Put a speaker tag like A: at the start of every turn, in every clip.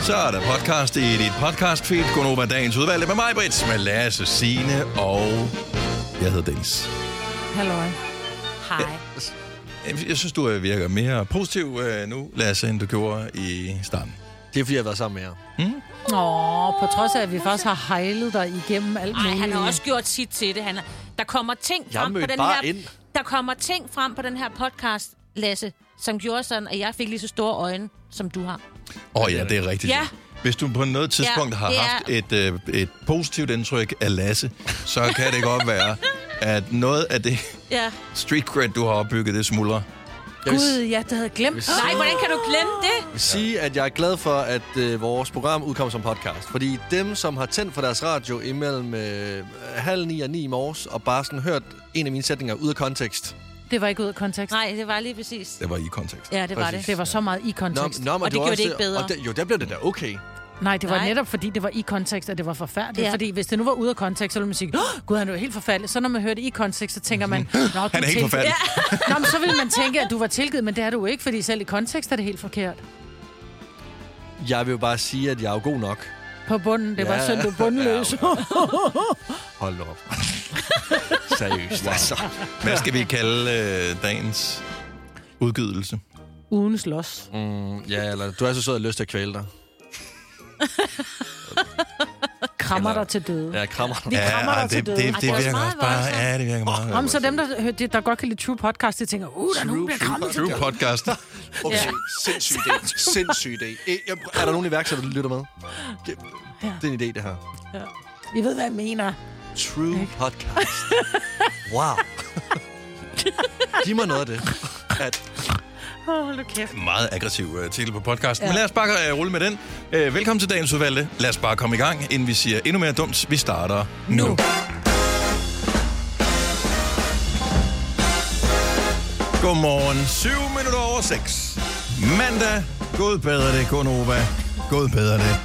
A: Så er der podcast i dit podcast feed. Gunova dagens udvalgte med mig, Brits, med Lasse, Signe og... Jeg hedder Dennis.
B: Halløj.
C: Hej.
A: Jeg synes, du øh, virker mere positiv øh, nu, Lasse, end du gjorde i starten. Mm?
D: Det er, fordi jeg har været sammen med jer.
B: Åh, på trods af, at vi faktisk har hejlet dig igennem alt
C: Nej,
B: muligt.
C: han har også gjort sit til det. Han har, der kommer ting
D: Jeg
C: frem på
D: mødte
C: den
D: bare
C: her...
D: ind.
C: Der kommer ting frem på den her podcast, Lasse, som gjorde sådan, at jeg fik lige så store øjne, som du har.
A: Åh oh, ja, det er rigtigt.
C: Ja.
A: Hvis du på noget tidspunkt
C: Ja,
A: har
C: det er-
A: haft et, øh, et positivt indtryk af Lasse, så kan det godt være, at noget af det
C: Ja.
A: street cred, du har opbygget, det smuldrer.
D: Jeg vil,
B: Gud, jeg havde glemt.
D: Hvis-
C: Nej, hvordan kan du glemme det?
D: vil sige, at jeg er glad for, at øh, vores program udkom som podcast. Fordi dem, som har tændt for deres radio imellem øh, halv ni og ni i morges, og bare sådan hørt en af mine sætninger ud af kontekst.
B: Det var ikke ud af kontekst.
C: Nej, det var lige præcis.
A: Det var i kontekst.
C: Ja, det var det.
D: Præcis.
B: Det var så meget i
D: Nå,
B: kontekst.
D: nå, men
C: Og det
D: var
C: gjorde
D: også
C: det ikke bedre.
D: Og der, jo, der blev det da okay.
B: Nej, det var
C: Nej.
B: Nej. netop fordi, det var i kontekst, at det var forfærdeligt.
C: Ja.
B: Ja. Fordi hvis det nu var ude af kontekst, så ville man sige, oh, gud, han er jo helt forfærdelig. Så når man hører det i kontekst, så tænker man, Nå, du
A: Han er helt
B: tilgivet."
A: forfærdelig.
B: Nå, men så ville man tænke, at du var tilgivet, men det er du jo ikke, fordi selv i kontekst er det helt forkert.
D: Jeg vil jo bare sige, at jeg er jo god nok.
B: På bunden, det ja. var
D: Ja.
B: synd, du er bundløs.
D: Hold nu op. Seriøst, wow. altså.
A: Hvad skal vi kalde øh, dagens udgivelse?
B: Ugens los.
D: Mm, ja, eller du er så sød at lyst til at kvæle dig.
B: Krammer
D: Eller-
B: dig til døde.
D: Ja, jeg krammer dig.
B: krammer dig
A: det,
B: til
A: det,
B: døden.
A: det,
B: Ej,
A: det
C: det er også
A: virker
C: meget
A: også bare...
C: voldsomt.
A: Ja, det virker meget.
B: Om så
A: voldsomt.
B: dem, der, der, der godt kan lide true podcast, de tænker, uh, der er nogen, der bliver krammet til
A: True podcast.
D: Okay, ja. sindssyg idé. Sindssyg idé. Eh, jeg- Er der nogen iværksætter, der lytter med? Det,
B: Ja.
D: det er en idé, det her.
B: I ved, hvad jeg mener.
D: True podcast. Wow. Giv mig noget af det. At,
B: Åh, hold nu kæft.
A: Meget aggressiv uh, titel på podcasten. Ja. Men lad os bare uh, rulle med den. Uh, velkommen til dagens udvalgte. Lad os bare komme i gang, inden vi siger endnu mere dumt. Vi starter nu. nu. Godmorgen. 7 minutter over 6. Mandag. Gud bedre det, Gunova. Gud bedre det.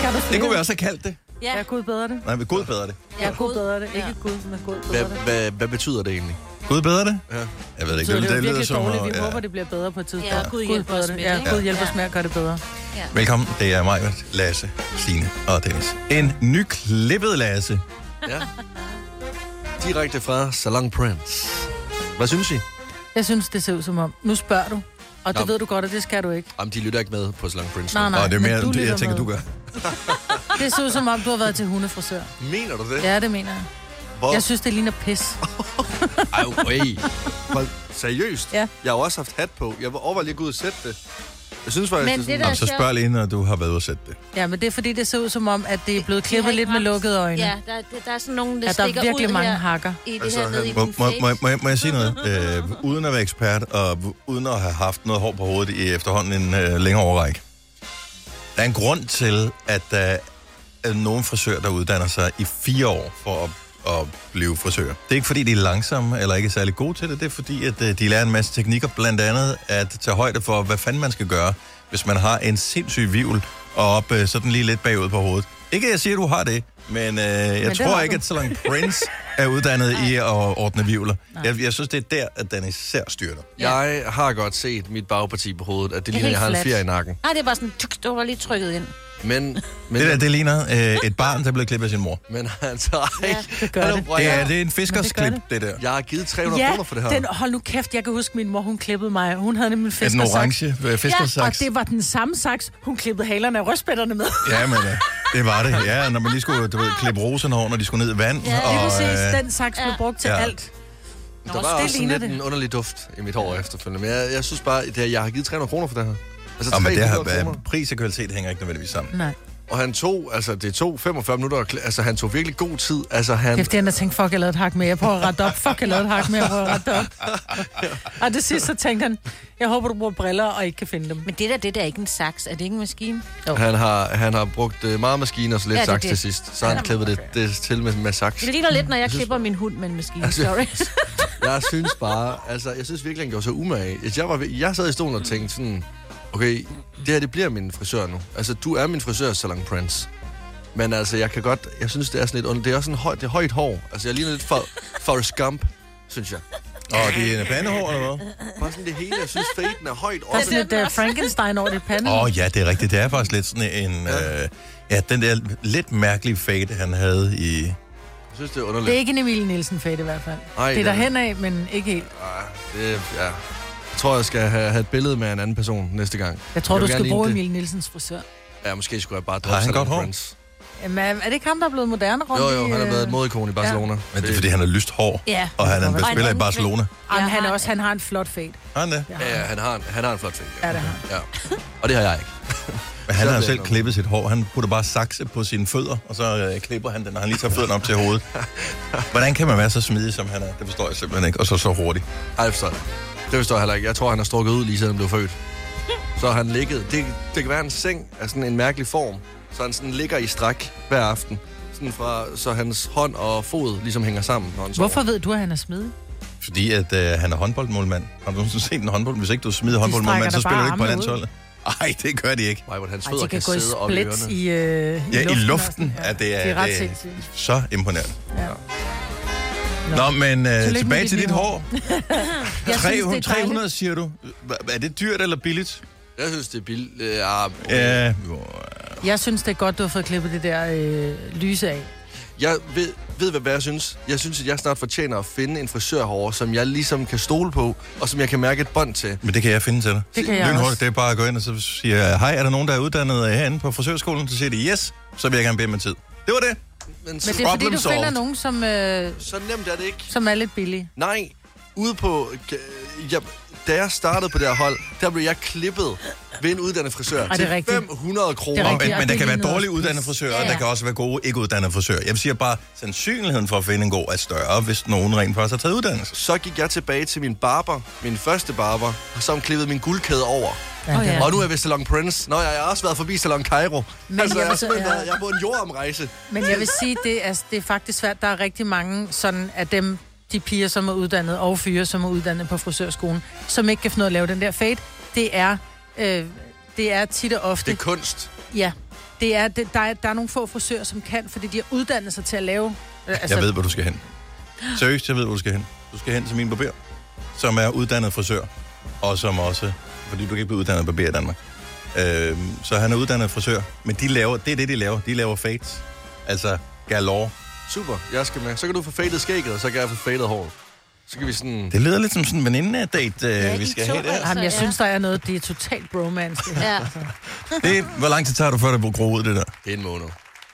B: Kan du
A: Det kunne vi også have kaldt det.
B: Ja. Jeg kunne bedre det.
A: Nej, men Gud bedre det.
B: Jeg er god bedre det. Ikke god, men god bedre
D: hvad,
B: det.
D: hvad, hvad betyder det egentlig?
A: Gud bedre det?
D: Ja.
A: Jeg ved det ikke.
B: Så det, er jo
A: lyder
B: virkelig
A: som
B: dårligt.
A: at-
B: Vi
A: ja.
B: håber, det bliver bedre på et tidspunkt.
C: Ja, Gud hjælper
B: bedre
C: os
B: det.
C: med det,
B: Ja,
C: ikke?
B: Gud hjælper
C: Ja.
B: os med at gøre det bedre.
A: Velkommen. Det er mig, Lasse, Signe og Dennis. En nyklippet Lasse.
D: Ja. Direkte fra Salon Prince. Hvad synes I?
B: Jeg synes, det ser ud som om, nu spørger du, og det
D: Nå.
B: ved du godt, og det skal du ikke.
D: Jamen, de lytter ikke med på Salon Prince.
B: Nej,
D: nu.
B: nej,
A: og det er
B: men
A: mere end det,
B: lytter
A: jeg tænker,
B: med.
A: du gør.
B: Det ser ud som om, du har været til hundefrisør.
D: Mener du det?
B: Ja, det mener jeg.
D: Hvor?
B: Jeg synes, det ligner pis.
D: Ej, øj. Hold, seriøst?
B: Ja.
D: Jeg har jo også haft hat på. Jeg var overvejet lige at gå ud og sætte det. Jeg synes faktisk,
C: Men
D: det, er sådan,
C: det
A: Nå, så spørg lige, når du har været ude at sætte det.
B: Ja, men det er fordi, det ser ud som om, at det er blevet
C: har
B: klippet
C: ikke
B: lidt med
C: ramt-
B: lukkede øjne.
C: Ja, der, der, der er sådan nogen, der
B: At der
C: stikker
B: er virkelig
C: ud
B: mange
C: her
B: hakker.
C: i det
D: Altså,
C: her nede i
A: Må,
C: din
A: må,
C: face.
A: må, må, jeg, må jeg sige noget? Øh, uden at være ekspert, og v- uden at have haft noget hår på hovedet i efterhånden en øh, længere overrække. Der er en grund til, at der er nogen frisør, der uddanner sig i fire år for at, at blive frisør. Det er ikke, fordi de er langsomme eller ikke er særlig gode til det. Det er, fordi at øh, de lærer en masse teknikker, blandt andet at tage højde for, hvad fanden man skal gøre, hvis man har en sindssyg vivl og op øh, sådan lige lidt bagud på hovedet. Ikke, at jeg siger, at du har det, men øh, jeg
B: det
A: tror
B: har
A: ikke,
B: du.
A: at Salon Prince er uddannet i at ordne vivler. Jeg, jeg synes, det er der, at den især styrter.
D: Jeg har godt set mit bagparti på hovedet, at det,
C: er
D: ligner,
C: helt
D: jeg har en
C: fladt.
D: fjer i nakken.
C: Nej, det er bare sådan, tuk, du var lige trykket ind.
D: Men, men,
A: Det der, det ligner øh, et barn, der er blevet klippet af sin mor.
D: men altså, ej.
C: Ja,
B: det gør
D: Hallo,
B: det.
D: bror,
A: Det er,
D: jeg,
A: det er en fiskersklip,
B: Men det
A: det der.
D: jeg har givet 300 kroner for det her.
B: den, hold nu kæft, jeg kan huske, min mor, hun klippede mig. Hun havde nemlig en
A: Er den
B: fiskersaks.
A: orange øh,
B: Ja, og
A: fiskersaks?
B: det var den samme saks, hun klippede halerne af røstbætterne med.
A: Ja, men øh, det var det. Ja, når man lige skulle du ved, klippe roserne over, når de skulle ned i vand.
C: Ja,
B: Det
A: og,
B: er
A: øh,
B: præcis, den saks blev
C: ja.
B: brugt til
A: Ja.
B: alt. Nå,
D: der
B: også
D: var
B: det
D: også sådan
B: ligner
D: lidt
B: det.
D: en underlig duft i mit hår efterfølgende. Men jeg, jeg synes bare, at jeg har givet 300 kroner for det her. Altså
A: og men det
D: 300
A: her,
D: kroner.
A: øh, pris og kvalitet hænger ikke nødvendigvis sammen.
B: Nej.
D: Og han tog, altså det tog 45 minutter, at kl- altså han tog virkelig god tid. Altså han,
B: Kæft, jeg har tænkt, fuck, jeg lavede et hak mere. Jeg prøver at rette op. Fuck, jeg lavede et hak mere. Jeg prøver at rette op. Og det sidste, så tænkte han, jeg håber, du bruger briller og ikke kan finde dem.
C: Men det der, det der er ikke en saks. Er det ikke en maskine?
D: han, har, han har brugt øh, meget maskine og så lidt
C: Oh. Ja,
D: ja,
C: det er
D: saks
C: det.
D: til sidst. Så har han klippet det, det til med, med saks.
C: Det ligner lidt, når jeg klipper min hund med en maskine.
A: Altså-
C: Sorry.
D: Jeg synes bare, altså, jeg synes virkelig, han gjorde sig umage. Altså, Jeg, var, ved- jeg sad i stolen og tænkte sådan, okay, det her, det bliver min frisør nu. Altså, du er min frisør, Salon Prince. Men altså, jeg kan godt, jeg synes, det er sådan lidt ondt. Det er også sådan højt, det er højt hår. Altså, jeg ligner lidt for, Forrest Gump, synes jeg.
A: Og det er en bandehår, eller hvad?
D: Bare sådan det hele, jeg synes, faden er højt
B: Der er
D: oppe.
B: sådan
C: øh,
B: et uh, Frankenstein over dit pande.
A: Åh oh, ja, det er rigtigt. Det er faktisk lidt sådan en... Øh, ja, den der lidt mærkelige fade, han havde i...
D: Jeg synes, det er
B: Det er
D: underligt.
B: ikke en Emil Nielsen fade i hvert fald.
D: Ej,
B: det er
D: det
B: der
D: er-
B: hen af, men ikke helt.
D: Ah, det, ja. Jeg tror, jeg skal have, have et billede med en anden person næste gang.
B: Jeg tror,
D: Jeg
B: du
D: vil gerne
B: skal
D: ligne
B: bruge
D: det.
B: Emil Nielsens frisør.
D: Ja, måske skulle jeg bare
A: Har
D: droppe
A: han godt
D: Salon
A: hår?
D: Friends.
B: Jamen, er er det ikke ham, der er blevet moderne rundt
D: Jo, jo,
B: i,
D: han har
B: øh,
D: været et modikon i Barcelona. Ja.
A: Men det er, fordi han har lyst hår,
C: Ja.
A: og han er en
B: Og
C: en
A: spiller i
C: anden
A: Barcelona.
B: Ej, men
C: Jeg
B: han, er
C: har-
B: også, han har en flot fade.
A: Har han det?
D: Ja, ja, han har en, han har en flot ting.
B: Ja, det har
D: Ja. Og det har jeg ikke.
A: Men han
D: Så
A: har jo
D: bliver
A: selv
D: det
A: klippet sit hår. Han putter bare sakse på sine fødder, og så øh, klipper han den, når han lige tager fødderne op til hovedet. Hvordan kan man være så smidig, som han er? Det forstår jeg simpelthen ikke. Og så så hurtigt.
D: Ej, det forstår jeg. Det forstår jeg heller ikke. Jeg tror, han har strukket ud lige siden han blev født. Så har han ligget. Det, det kan være en seng af sådan en mærkelig form. Så han sådan ligger i stræk hver aften. Sådan fra, så hans hånd og fod ligesom hænger sammen, når han sover.
B: Hvorfor ved du, at han er smidig?
A: Fordi at øh, han er håndboldmålmand. Har du nogensinde set en håndbold? Hvis ikke du smider håndboldmålmand,
B: strækker
A: så
B: da
A: spiller du
B: bare
A: ikke på
B: armene ud.
A: landsholdet. Nej, det gør de ikke.
D: Ej, hvordan hans
B: Ej,
D: fødder
B: de
D: kan, kan
B: kan gå i
D: sidde op i
B: split
D: ørerne.
B: i, øh, i,
A: Ja, i luften,
B: og sådan.
A: ja, det er,
B: det er ret
A: det er Øh,
B: sindssygt.
A: så imponerende.
B: Ja.
A: Nå, Nå men øh,
B: med
A: tilbage
B: dit
A: til dit
B: nye hår.
A: hår.
B: Jeg
A: 300,
B: synes, det er dejligt.
A: 300 siger du. Hva- Er det dyrt eller billigt?
D: Jeg synes, det er billigt. Ja, okay.
A: Ja,
B: Jeg synes, det er godt, du har fået klippet det der øh, lyse af.
D: Jeg ved, ved hvad, hvad jeg synes. Jeg synes, at jeg snart fortjener at finde en frisør herovre, som jeg ligesom kan stole på, og som jeg kan mærke et bånd til.
A: men det kan jeg finde til dig.
B: Det kan jeg
A: Lynhurtigt,
B: også.
A: det er bare at gå ind og så siger jeg, hej, er der nogen, der er uddannet øh, herinde på frisørskolen? Så siger de, yes, så vil jeg gerne bede om en tid. Det var det.
B: Men
D: så,
B: det er, fordi
A: Problem
B: du finder
A: solved.
B: nogen, som, øh,
D: så nemt er det ikke.
B: som er lidt billige.
D: Nej, ude på... øh, Jeg, da jeg startede på det her hold, der blev jeg klippet ved en uddannet frisør
B: Ah, det er
D: til
B: rigtigt.
D: 500
B: Det er
D: kroner.
A: Og,
B: rigtigt.
A: men, men der
B: det
A: kan være
B: ligner
A: dårlige
B: også
A: uddannede frisører, ja.
C: Ja,
A: og der
C: ja.
A: kan også være gode ikke-uddannede frisører. Jeg siger bare, sandsynligheden for at finde en god er større, hvis nogen rent faktisk har taget uddannelse.
D: Så gik jeg tilbage til min barber, min første barber, som klippede min guldkæde over.
B: Ja,
C: Åh,
B: det er-
D: Og nu er jeg ved Salon Prince. Nå, jeg har også været forbi Salon Cairo. Men altså,
B: jeg
D: jeg,
B: vil
D: har
B: så-
D: simpelthen
B: ja.
D: været, jeg er på en jordomrejse.
B: Men jeg vil sige, det er, det er faktisk svært. Der er rigtig mange sådan af dem, de piger, som er uddannet, og fyre, som er uddannet på frisørskolen, som ikke kan finde noget at lave den der fade. Det er, øh, det er tit og ofte...
D: Det er kunst.
B: Ja, det er, det, der, er, der er nogle få frisører, som kan, fordi de har uddannet sig til at lave... øh, Altså,
A: Jeg ved, hvor du skal hen. Seriøst, jeg ved, hvor du skal hen. Du skal hen til min barber, som er uddannet frisør, og som også, fordi du kan ikke blive uddannet barber i Danmark. Øh, så han er uddannet frisør, men de laver, det er det, de laver. De laver fades. Altså galore.
D: Super, jeg skal med. Så kan du få fadet skægget, og så kan jeg få fadet hår. Så kan vi sådan...
A: Det lyder lidt som sådan en veninde-date, øh,
C: Ja,
A: vi
C: I
A: skal
C: to,
A: have der.
C: altså.
B: Jamen, jeg
C: Ja.
B: synes, der er noget, det er totalt bromance. det her. Altså.
C: Ja.
A: Det, hvor lang tid tager du, før det gror ud, det der?
D: Det er en måned.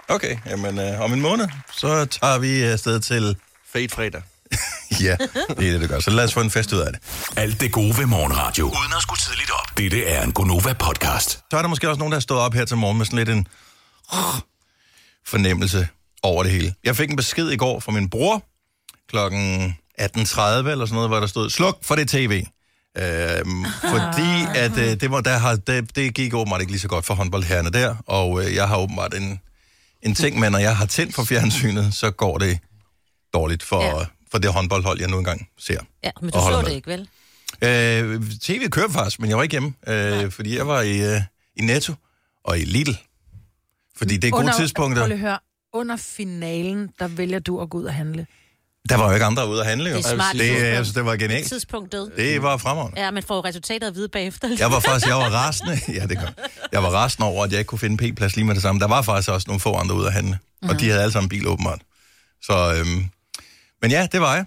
A: Okay, jamen øh, om en måned, så tager vi øh, afsted til...
D: Fade fredag.
A: Ja, det er det, det gør. Så lad os få en fest ud af det.
E: Alt det gode ved morgenradio. Uden at skulle tidligt op. Dette er en Gonova-podcast.
A: Så er der måske også nogen, der har stået op her til morgen med sådan lidt en fornemmelse over det hele. Jeg fik en besked i går fra min bror klokken 18.30 eller sådan noget, hvor der stod, sluk for det tv. Øhm,
C: Ah.
A: fordi at øh, det, var, der har, det, det gik åbenbart ikke lige så godt for håndboldherrene der, og øh, jeg har åbenbart en, en ting med, når jeg har tændt for fjernsynet, så går det dårligt for, ja.
C: Ja.
A: for det håndboldhold, jeg nu engang ser.
C: ja, men du
A: Og holder
C: så
A: med.
C: det ikke, vel?
A: Øh, TV kørte faktisk, men jeg var ikke hjemme, øh, fordi jeg var i, øh, i Netto og i Lidl. Fordi det er gode
B: Under-
A: under, tidspunkter.
B: Prøv lige at høre, under finalen, der vælger du at gå ud og handle.
A: Der var jo ikke andre ude at handle, jo.
C: Det er smart.
A: Det, øh, jeg synes, det var genialt.
C: Tidspunktet.
A: Det var fremragende.
C: Ja, man får jo resultatet at vide bagefter.
A: Jeg var faktisk, jeg var rasende. Ja, det gør. Jeg var rasende over, at jeg ikke kunne finde p-plads lige med det samme. Der var faktisk også nogle få andre ude at handle. Og de havde alle sammen bil åbenbart. Så, øhm, men ja, det var jeg.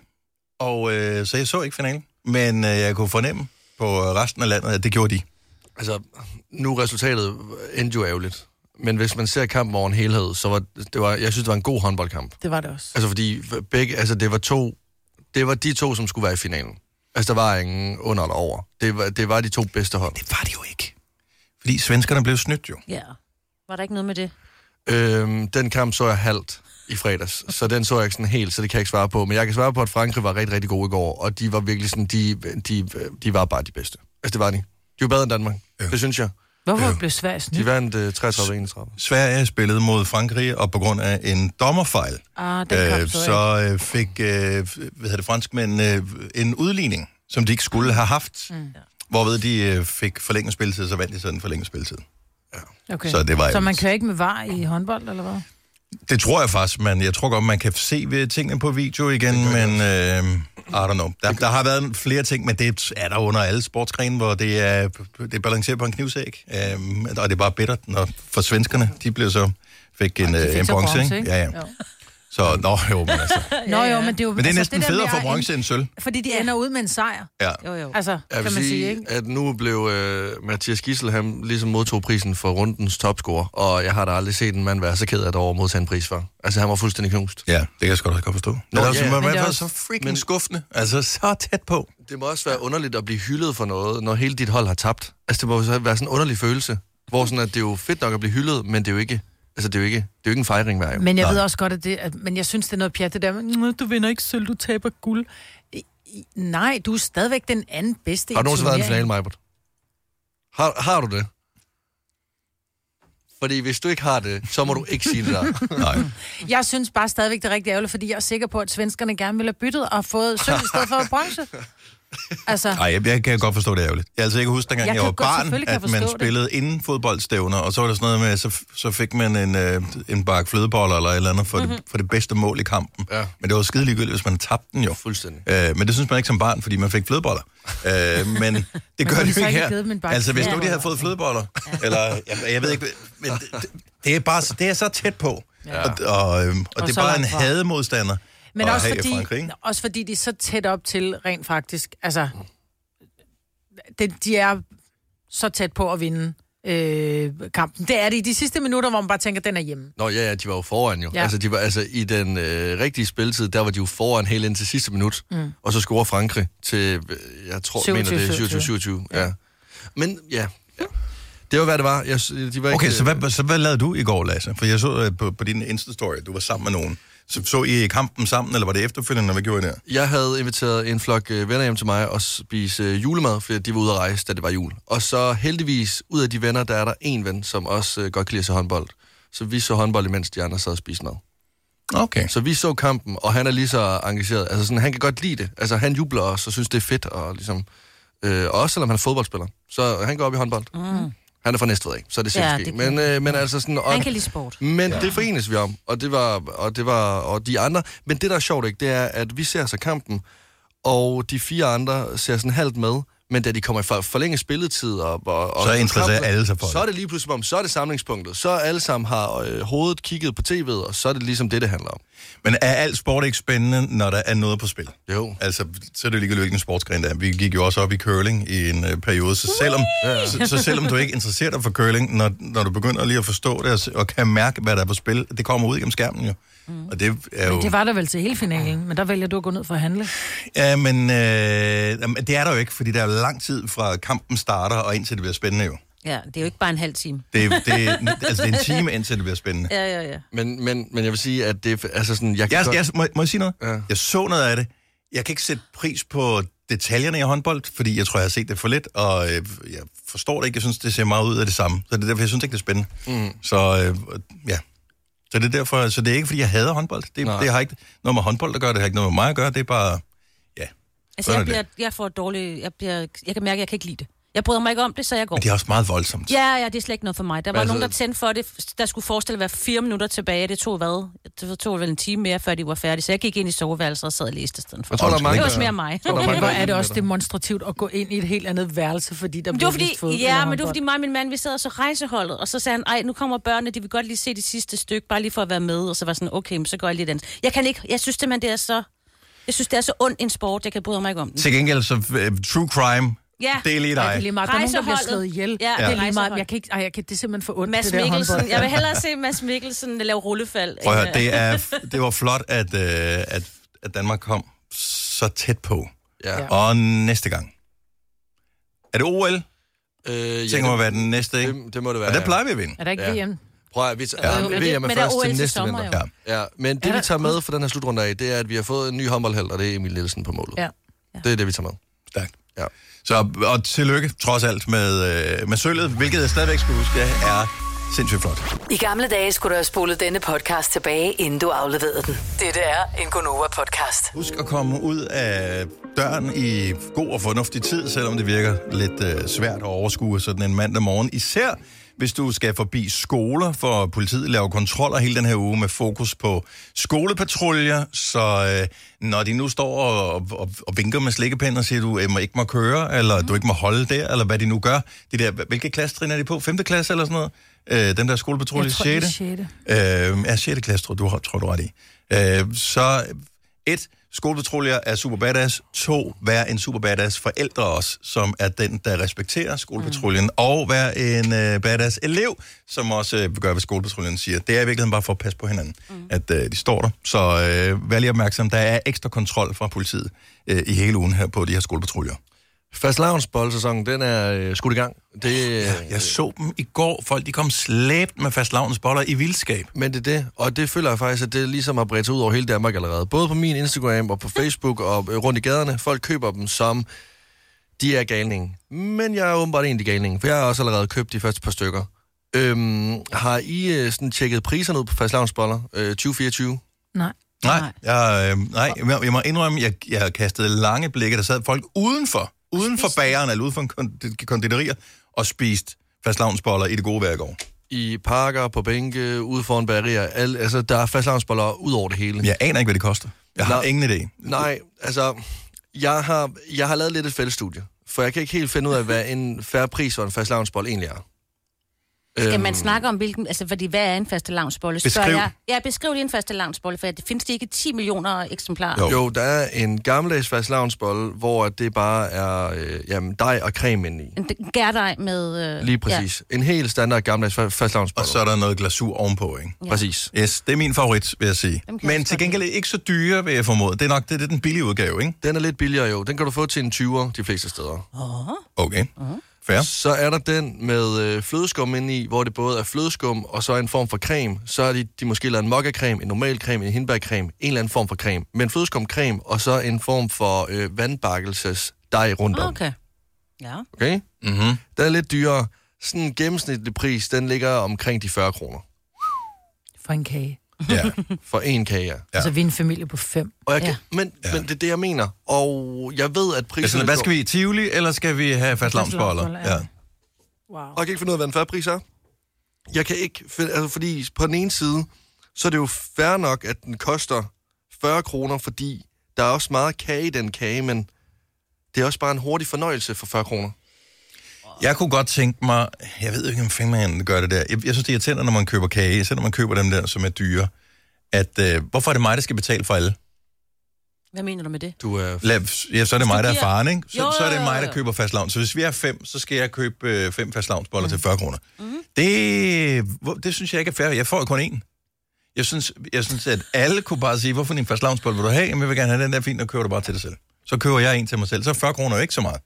A: Og øh, så jeg så ikke finalen. Men øh, jeg kunne fornemme på øh, resten af landet, at det gjorde de.
D: Altså, nu er resultatet øh, endte jo ærgerligt. Men hvis man ser kampen over en helhed, så var det var, jeg synes, det var en god håndboldkamp.
B: Det var det også.
D: Altså, fordi begge, altså, det var to, det var de to, som skulle være i finalen. Altså, der var ingen under eller over. Det var, det var de to bedste hold.
A: Det var de jo ikke. Fordi svenskerne blev snydt jo.
C: Ja. Var der ikke noget med det?
D: Øhm, den kamp så jeg halvt i fredags, så den så jeg ikke sådan helt, så det kan jeg ikke svare på. Men jeg kan svare på, at Frankrig var rigtig, rigtig gode i går, og de var virkelig sådan, de, de, de var bare de bedste. Altså, det var de. De var bedre end Danmark, ja. det synes jeg.
B: Hvorfor blev Sverige snydt?
D: De vandt øh, 33-31.
A: Sverige spillede mod Frankrig, og på grund af en dommerfejl,
B: Ah, den
A: øh,
B: kamp så, så...
A: så øh, fik øh, hvad hedder det, franskmænd øh, en udligning, som de ikke skulle have haft. Mm. Hvorved de øh, fik forlænget spilletid, så vandt de sådan forlænget spilletid.
B: Okay.
A: så det var
B: så
A: ærgerligt.
B: man kører ikke med var i håndbold, eller hvad?
A: Det tror jeg faktisk, men jeg tror godt, man kan se ved tingene på video igen, men øh, I don't know. Der, der har været flere ting, men det er der under alle sportsgrene, hvor det er, det er balanceret på en knivsæk. Øhm, og det er bare bittert, når for svenskerne, de blev så fik en, øh, en bronze, ikke? Ja, ja.
B: Jo.
A: Så, nå, jo, men altså.
B: Nå jo, men det er jo...
A: Men det er
B: altså,
A: næsten
B: der
A: federe
B: med
A: for
B: at-
A: bronze end sølv.
B: Fordi de ender ud med en sejr.
A: Ja.
C: Jo, jo.
B: Altså,
D: Jeg
B: kan
D: vil
B: man sige, ikke?
D: sige, at nu blev øh, Mathias Gissel, han ligesom modtog prisen for rundens topscorer, og jeg har da aldrig set en mand være så ked af at over modtage en pris for. Altså, han var fuldstændig knust.
A: Ja, det kan jeg sgu da godt forstå. Nå, det er også,
D: ja,
A: man,
B: men
A: man
B: det er
A: er
B: også-
A: så freaking men... skuffende. Altså, så tæt på.
D: Det må også være underligt at blive hyldet for noget, når hele dit hold har tabt. Altså, det må så være sådan en underlig følelse, hvor sådan, at det er jo fedt nok at blive hyldet, men det er jo ikke, altså, det er jo ikke, det er jo ikke en fejring hver jo.
B: Men jeg ved også godt, at det... At, men jeg synes, det er noget pjat, det der. med, "Nå, Du vinder ikke sølv, du taber guld. I- I- Nej, du er stadigvæk den anden bedste
D: Har du
B: i
D: nogensinde været i en finale,
B: turneringen.
D: Majbert? Har, har du det? Fordi hvis du ikke har det, så må du ikke sige det der.
A: Nej.
B: Jeg synes bare stadigvæk, det er rigtig ærgerligt, fordi jeg er sikker på, at svenskerne gerne ville have byttet og fået sølv i stedet for bronze. Altså,
A: Nej, jeg, jeg kan godt forstå det ærgerligt. Jeg altså ikke huske, dengang
B: Jeg
A: jeg,
B: kan
A: jeg var
B: godt-
A: barn,
B: selvfølgelig kan
A: at
B: jeg
A: man
B: forstå det.
A: spillede inden fodboldstævner, og så var der sådan noget med, så, f- så fik man en, øh, en bakke flødeboller eller et eller andet for,
B: Mhm.
A: mm-hmm. det, for det bedste mål i kampen.
D: Ja.
A: Men det var skide ligegyldigt, hvis man tabte den jo.
D: Fuldstændig.
A: Øh, men det synes man ikke som barn, fordi man fik flødeboller. Øh, men det gør
B: kunne
A: de
B: de
A: jo
B: så
A: ikke
B: ikke
A: her.
B: have givet dem en bakke
A: altså, hvis nu de havde
B: flødeboller?
A: fået flødeboller, eller jeg, jeg ved ikke, men det, det, er bare, så- det er så tæt på. Ja. Og, og, øhm, og, og det er
B: så
A: bare en
B: langt fra.
A: hademodstander.
B: men
A: at
B: også
A: have i
B: fordi,
A: Frankrig, ikke?
B: også fordi de er så tæt op til rent faktisk. Altså, det, de er så tæt på at vinde øh, kampen. Det er det i de sidste minutter, hvor man bare tænker, den er hjemme.
D: Nå ja, ja, de var jo foran jo. Mm. Ja.
B: Ja.
D: Altså, de var, altså i den øh, rigtige spilletid, der var de jo foran helt indtil sidste minut. Mm. Og så scorer Frankrig til, øh, jeg tror, 27, mener det
B: 27.
D: er 27-27. Ja. ja. Men ja, ja. det var hvad det var. Jeg, s- de var
A: Okay,
D: ikke, øh,
A: så hvad, så hvad lavede du i går, Lasse? For jeg så øh, på, på din Insta-story, at du var sammen med nogen. Så, så I kampen sammen, eller var det efterfølgende, når vi gjorde det her?
D: Jeg havde inviteret en flok øh, venner hjem til mig og spise øh, julemad, fordi de var ude at rejse, da det var jul. Og så heldigvis, ud af de venner, der er der en ven, som også øh, godt kan lide at se håndbold. Så vi så håndbold, imens de andre sad og spiste mad.
A: Okay.
D: Så vi så kampen, og han er lige så engageret. Altså sådan, han kan godt lide det. Altså han jubler også, og synes det er fedt. Og ligesom, øh, også selvom han er fodboldspiller. Så han går op i håndbold. Mm. Han er fra Næstved, ikke? Så det er
C: Ja,
D: ja,
C: det
D: men, øh, men altså sådan... Og,
C: Han kan lide sport.
D: men ja. det forenes vi om, og det, var, og det var og de andre. Men det, der er sjovt, ikke, det er, at vi ser så kampen, og de fire andre ser sådan halvt med, men da de kommer i for, forlænget spilletid og, og, og
A: Så interesserer
D: kampen-
A: alle sig for det.
D: Så er det lige pludselig som om, så er det samlingspunktet. Så alle sammen har øh, hovedet kigget på tv'et, og så er det ligesom det, det handler om.
A: Men er alt sport ikke spændende, når der er noget på spil?
D: Jo.
A: Altså, så er det jo ligegyldigt, hvilken sportsgren der er. Vi gik jo også op i curling i en øh, periode, så selvom, så, så selvom du ikke interesserer dig for curling, når, når du begynder lige at forstå det og, s- og kan mærke, hvad der er på spil, det kommer ud igennem skærmen jo. Mm. Og det er jo...
B: Det var der vel til hele finalen, men der vælger du at gå ned for at handle.
A: Ja, men øh, jamen, det er der jo ikke, fordi der er lang tid fra kampen starter og indtil det bliver spændende jo.
C: Ja, det er jo ikke bare en halv time.
A: Det, det, altså, det er en time, indtil det bliver spændende.
C: Ja, ja, ja.
D: Men, men, men jeg vil sige, at det altså sådan... Jeg kan
A: Jeg,
D: godt-
A: jeg, må, må jeg sige noget?
D: Ja.
A: Ja. Jeg så noget af det. Jeg kan ikke sætte pris på detaljerne i håndbold, fordi jeg tror, jeg har set det for lidt, og øh, jeg forstår det ikke. Jeg synes, det ser meget ud af det samme. Så det er derfor, jeg synes ikke, det er spændende. Mm. Så øh, ja. Så det er derfor, så det er ikke, fordi jeg hader håndbold. Det,
D: Nej.
A: det har ikke noget med håndbold at gøre, det har ikke noget med mig at gøre. Det er bare, ja.
C: Altså,
A: Sådan
C: jeg,
A: er
C: bliver,
A: det.
C: jeg får dårlig... Jeg, bliver, jeg kan mærke, at jeg kan ikke lide det. Jeg bryder mig ikke om det, så jeg går.
A: Men det er også meget voldsomt.
C: Ja, ja, det er slet ikke noget for mig. Der var
D: altså-
C: altså... nogen, der tændte for det, der skulle forestille at være fire minutter tilbage. Det tog hvad? Det tog vel en time mere, før de var færdige. Så jeg gik ind i soveværelset og sad og læste i stedet for.
D: Jeg tror, der er mange,
A: Det
C: Det var
A: også
C: også mere mig.
D: der er
B: Men
D: mange,
B: hvor
D: der
B: er det også
D: med dig.
B: demonstrativt at gå ind i et helt andet værelse, fordi der
C: Det
B: bliver
C: var
B: vist fodbold
C: fordi,
B: eller
C: ja, men det var
B: håndbold.
C: fordi mig og min mand, vi sad og så rejseholdet, og så sagde han, ej, nu kommer børnene, de vil godt lige se det sidste stykke, bare lige for at være med, og så var jeg sådan, okay, men så går jeg lige den. Jeg kan ikke, jeg synes simpelthen, det er så, jeg synes, det er så ond en sport, jeg kan bryde mig ikke om den.
A: Til gengæld, så øh, true crime,
C: Ja.
A: det er lige dig.
B: Mm. Ja, det er lige meget. Der er nogen, der bliver
C: Rejseholdet.
B: slået ihjel.
C: Ja,
B: Ja, det er lige meget.
C: rejsehold.
B: Jeg kan ikke, ej, jeg kan, det er simpelthen for ondt,
C: Mads
B: det der
C: Mikkelsen,
B: håndbold.
C: jeg vil hellere se Mads Mikkelsen øh, lave rullefald.
A: Prøv at høre,
C: end, øh,
A: det, er, det var flot, at, øh, at, at Danmark kom så tæt på.
D: Ja.
A: Og næste gang. Er det OL? Ja,
D: Øh,
A: Tænker mig, hvad er den næste, ikke?
D: det, det må det være.
A: Og der
D: ja.
A: plejer vi at vinde.
B: Er der ikke
D: Ja.
B: VM?
D: Prøv at, Altså, vi tager,
C: Jo,
D: ja.
C: jo,
D: VM
C: men
D: er
C: det- men der er
D: først
C: OL
D: til
C: til
D: næste
C: sommer,
D: vinter.
C: jo.
A: Ja.
D: Ja, men det,
B: Er
D: vi
B: der-
D: tager med fra den her slutrunde af, det er, at vi har fået en ny håndboldheld, og det er Emil Nielsen på målet.
B: Ja.
D: Det er det, vi tager med.
A: Stærkt.
D: Ja.
A: Så, og tillykke trods alt med, øh, med sølvet, hvilket jeg stadigvæk skal huske er sindssygt flot.
F: I gamle dage skulle du have spolet denne podcast tilbage, inden du afleverede den. Dette er en Gonova-podcast.
A: Husk at komme ud af døren i god og fornuftig tid, selvom det virker lidt øh, svært at overskue sådan en mandag morgen. Især hvis du skal forbi skoler, for politiet laver kontroller hele den her uge med fokus på skolepatruljer, så øh, når de nu står og, og, og, og vinker med slikkepind og siger, du øh, må ikke må køre, eller du ikke må holde der, eller hvad de nu gør. De der, hvilke klassetrin er de på? 5. klasse eller sådan noget? Øh, den der skolepatrulje?
B: Jeg tror, det er
A: 6.
B: sjette.
A: Øh, ja, 6. klasse tror du, har- tror du ret i. Øh, så et, skolepatruljer er super badass. To, vær en super badass forældre også, som er den, der respekterer skolepatruljen. Mm. Og vær en øh, badass elev, som også øh, gør, hvad skolepatruljen siger. Det er i virkeligheden bare for at passe på hinanden, mm. at øh, de står der. Så øh, vær lige opmærksom, der er ekstra kontrol fra politiet øh, i hele ugen her på de her skolepatruljer.
D: Fast lavnsboldsæsonen, den er øh, skudt i gang. Det, øh,
A: Jeg så dem i går. Folk de kom slæbt med fastlavnens boller i vildskab.
D: Men det er det, og det føler jeg faktisk, at det ligesom har bredt sig ud over hele Danmark allerede. Både på min Instagram og på Facebook og øh, rundt i gaderne. Folk køber dem som, de er galningen. Men jeg er åbenbart en af de galningen, for jeg har også allerede købt de første par stykker. Øhm, har I øh, sådan tjekket priserne ud på fastlavnsboller øh, 2024?
B: Nej.
A: Nej,
C: Nej.
A: jeg, øh, nej jeg, jeg må indrømme, jeg, jeg kastede lange blikke. Der sad folk udenfor, uden for bageren eller uden for en kon- konditorier, og spiste fastlavnsboller i det gode vejr i går.
D: I parker, på bænke, ude foran bagerier. Al, altså, der er fastlavnsboller ud over det hele.
A: Jeg aner ikke, hvad det koster. Jeg har
D: Nå.
A: ingen idé.
D: Nej, altså, jeg har, jeg har lavet lidt et fællestudie, for jeg kan ikke helt finde ud af, hvad en færre pris for en fastlavnsbold egentlig er.
C: Skal
D: Øhm,
C: man snakke om, hvilken, altså, fordi hvad er en faste lavnsbolle?
A: Beskriv.
C: Jeg, ja, beskriv lige en faste lavnsbolle, for det findes de ikke 10 millioner eksemplarer.
A: Jo.
D: Jo. jo, der er en gammeldags fastlavnsbolle, hvor at det bare er øh, jamen, deg og creme ind i.
C: En d- Gærdej med... Øh,
D: Lige præcis. Ja. En helt standard gammeldags fa-
A: Og
D: fastlavnsbolle.
A: så er der noget glasur ovenpå, ikke?
C: Ja.
D: Præcis.
A: Yes, det er min favorit, vil jeg sige.
C: Dem kan jeg
A: Men
C: også
A: til
C: godt
A: gengæld ikke så dyre, vil jeg formode. Det er nok det, det er den billige udgave, ikke?
D: Den er lidt billigere jo. Den kan du få til en 20'er de fleste steder.
A: Okay, fair.
D: Så er der den med øh, flødeskum ind i, hvor det både er flødeskum og så en form for creme. Så er de, de måske lavet en mokkakrem, en normal creme, en hindbærcreme, en eller anden form for creme. Men flødeskum, creme og så en form for øh, vandbakkelses dej rundt
C: Ja.
D: om.
C: Okay. Ja.
D: Okay?
A: Mm-hmm.
D: Den er lidt dyrere. Sådan en gennemsnitlig pris, den ligger omkring de 40 kroner.
B: For en kage.
A: Ja.
D: For en kage, ja.
B: Ja. Altså, vi er en familie på fem.
D: Og jeg kan,
C: Ja.
D: ja. men,
A: Ja.
D: ja. men det er det, jeg mener. Og jeg ved, at
A: Det er
D: prisen...
A: sådan, hvad skal vi i Tivoli, eller skal vi have fastlavnsboller?
B: Fastlavnsboller, ja.
A: Ja.
B: Wow.
D: Og jeg kan ikke finde ud af, hvad en fair pris er. Jeg kan ikke... Finde, altså, fordi på den ene side, så er det jo fair nok, at den koster 40 kroner, fordi der er også meget kage i den kage, men det er også bare en hurtig fornøjelse for 40 kroner.
A: Jeg kunne godt tænke mig, jeg ved ikke, om fanden man gør det der. Jeg, jeg synes, det er irriterende, når man køber kage, især når man køber dem der, som er dyre, at øh, hvorfor er det mig, der skal betale for alle?
C: Hvad mener du med det?
D: Du er...
A: Lad, ja, så er det mig, der er
C: bliver-
A: faren, ikke? Så,
C: Jo, jo,
A: så er det
C: jo,
A: mig,
C: jo.
A: der køber fast Så hvis vi er fem, så skal jeg købe øh, fem fast mm. til 40 kroner. Mm.
C: Mm-hmm.
A: Det, hvor- det synes jeg ikke er fair. Jeg får jo kun en. Jeg synes, jeg synes, at alle kunne bare sige, hvorfor din fast vil du have? Jamen, jeg vil gerne have den der fint, og køber du bare til dig selv. Så køber jeg en til mig selv. Så er 40 kroner jo ikke så meget.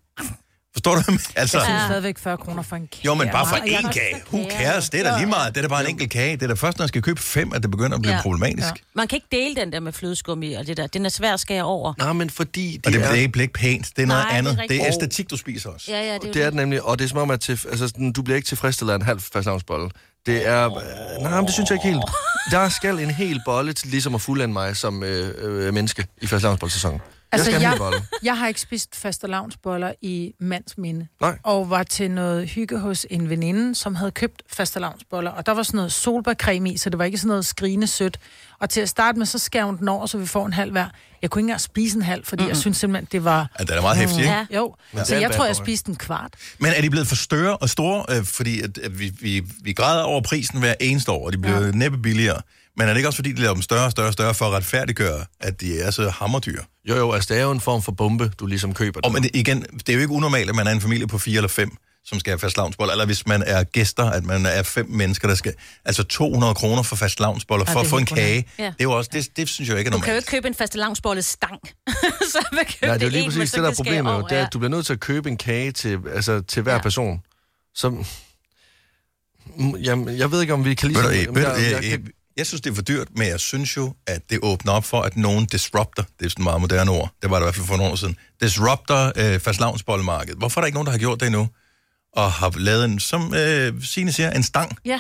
A: Forstår du? hvad jeg mener? altså,
B: Jeg synes stadigvæk 40 kroner for en kage.
A: Jo, men bare for
B: er meget.
A: én kage. Who cares? Det er da lige meget. Det er da bare en enkelt kage. Det er da først, når jeg skal købe fem, at det begynder at blive
C: Ja.
A: problematisk.
B: Ja.
C: Man kan ikke dele den der med flødeskum i, og det der. Den er svær at skære over.
D: Nej, men fordi
A: Og
D: det,
A: det,
D: er...
A: det er ikke- bliver ikke pænt. Det er noget
C: Nej, det er
A: andet. Det er,
C: rigtigt.
A: æstetik, du spiser også.
C: Ja, ja, det er jo
D: Det er det nemlig, og det er som om, at til, altså, sådan, du bliver ikke tilfredsstillet af en halv fastlavnsbolle. Det er... Øh, nej, men det synes jeg ikke helt. Der skal en hel bolle til ligesom at fuldende mig som øh, øh, menneske i fastlavnsbollesæsonen.
B: Altså,
D: Altså, jeg skal jeg...
B: jeg,
D: en hel bolle.
B: jeg har ikke spist fastelavnsboller i mands minde.
D: Nej.
B: Og var til noget hygge hos en veninde, som havde købt fastelavnsboller. Og der var sådan noget solbærcreme i, så det var ikke sådan noget skrigende sødt. Og til at starte med, så skærer hun den over, så vi får en halv hver. Jeg kunne ikke engang spise en halv, fordi mm-hmm. jeg synes simpelthen, det var... Mm.
A: Ja, det er da meget hæftigt, ikke?
C: Ja.
B: Jo,
D: det
B: så
D: er en
B: jeg
D: bad
B: tror, jeg
D: boy.
B: spiste en kvart.
A: Men er de blevet for større og store? Øh, fordi at, at vi, vi, vi græder over prisen hver eneste år, og de bliver ja. næppe billigere. Men er det ikke også, fordi de laver dem større og større og større for at retfærdiggøre, at de er så hammerdyre?
D: Jo, jo, altså det er jo en form for bombe, du ligesom køber.
A: Og men det- igen, det er jo ikke unormalt, at man er en familie på fire eller fem, som skal have fast eller hvis man er gæster, at man er fem mennesker, der skal... Altså 200 kroner for fast lavnsboller, for
B: det
A: at
B: er
A: få en
B: helt
A: kage.
C: Ja.
A: Det, er jo også, det, det synes jeg jo ikke er
C: Du kan jo
A: normalt.
C: ikke købe en faste lavnsbolle stang. så man købe
D: Nej, det er jo lige
C: en,
D: præcis
C: man
D: det, der er
C: så kan skære
D: problemet. Jo.
C: over,
D: Det er,
C: ja.
D: at du bliver nødt til at købe en kage til, altså, til hver
C: Ja.
D: ja. person. Så, Mm, jamen, jeg ved ikke, om vi kan
A: Ved
D: ligesom...
A: du, øh, ved
D: Jamen,
A: du,
D: jeg- jeg
A: øh,
D: kan-
A: øh, Jeg synes, det er for dyrt, men jeg synes jo, at det åbner op for, at nogen disrupter, det er sådan et meget moderne ord, det var det i hvert fald for nogle år siden, disrupter øh, fastlavnsboldmarkedet. Hvorfor er der ikke nogen, der har gjort det endnu? Og har lavet en, som øh, Signe siger, en stang.
C: Ja.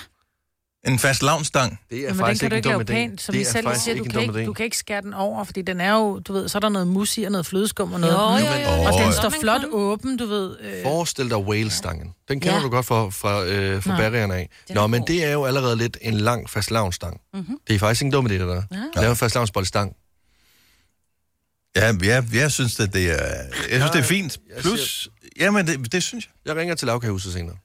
A: En fast lavnstang.
D: Det er
B: Jamen, den
D: faktisk
B: kan du
D: ikke
B: ikke
D: en
B: lave
D: dum idé.
B: pænt, som
D: det
B: I
D: er
B: selv
D: faktisk
B: siger, du
D: ikke
B: kan,
D: en dum
B: ikke,
D: idé.
B: du kan ikke skære den over, fordi den er jo, du ved, så er der noget musi og noget flødeskum og noget.
C: Jo, jo, jo,
A: jo.
B: Og
A: Åh,
B: den
A: ja.
B: står flot åben, du ved. Øh,
D: Forestil dig whale-stangen. Den kender
C: Ja.
D: ja. du godt fra, fra, øh, fra bagerierne af.
C: Den er
D: Nå, men
C: god.
D: det er jo allerede lidt en lang fastlavnsstang. Mm-hmm. Det er faktisk ikke en dum idé, det der. Ja. Lav en fastlavnsboldstang.
A: Ja, jeg, jeg synes, at det er, jeg synes, det er fint. Plus, jamen, det, det synes jeg.
D: Jeg ringer til lavkagehuset senere.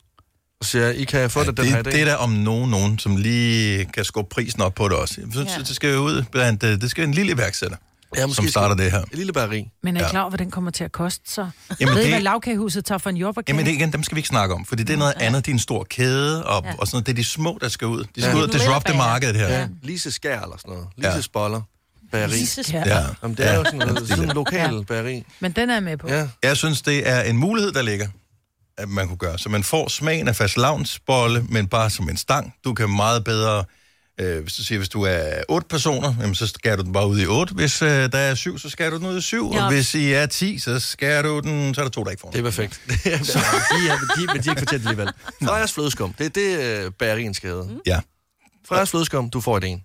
D: Og siger, I kan få ja,
A: Ja,
D: det, den her i
A: det,
D: dag.
A: det er der om nogen, nogen, som lige kan skubbe prisen op på det også. Jeg synes,
C: Ja.
A: ja. det skal jo ud blandt, øh, det skal en lille iværksætter,
D: ja,
A: ja,
D: måske
A: som starter
D: skal-
A: det her.
D: Et lille bageri.
B: Men er I klar over, hvad den kommer til at koste, så?
A: Jamen,
B: Jamen, ved I,
A: det-
B: hvad lavkagehuset tager for en jordbærkage?
A: Jamen det er igen, dem skal vi ikke snakke om, fordi det er noget andet. Det er en stor kæde, og, ja. og sådan noget. Det er de små, der skal ud. De skal
D: Ja.
A: ja. ud og disrupte
C: Novelbager.
A: markedet her.
D: Ja.
A: Ja.
D: Lise Skær eller sådan noget.
A: Ja.
D: Lise ja. Spoller. Bageri.
C: Jesus.
B: Ja.
A: ja.
D: Jamen, det er jo sådan noget sådan en lokal bageri.
B: Men den er jeg med på.
D: Ja.
A: Jeg synes, det er en mulighed, der ligger, at man kunne gøre. Så man får smagen af fast lavnsbolle, men bare som en stang. Du kan meget bedre... Øh, hvis, du siger, hvis du er otte personer, jamen, så skærer du den bare ud i otte. Hvis øh, der er syv, så skærer du den ud i syv.
C: Ja.
A: Og hvis I er ti, så skærer du den... Så er der to, der ikke får
D: Det
A: den.
D: er perfekt. Det er de, er, de, men de er ikke fortjent alligevel. Frejas flødeskum. Det er det, øh, bagerien skal hedde. Mm.
A: Ja.
D: Frejas flødeskum, du får et en.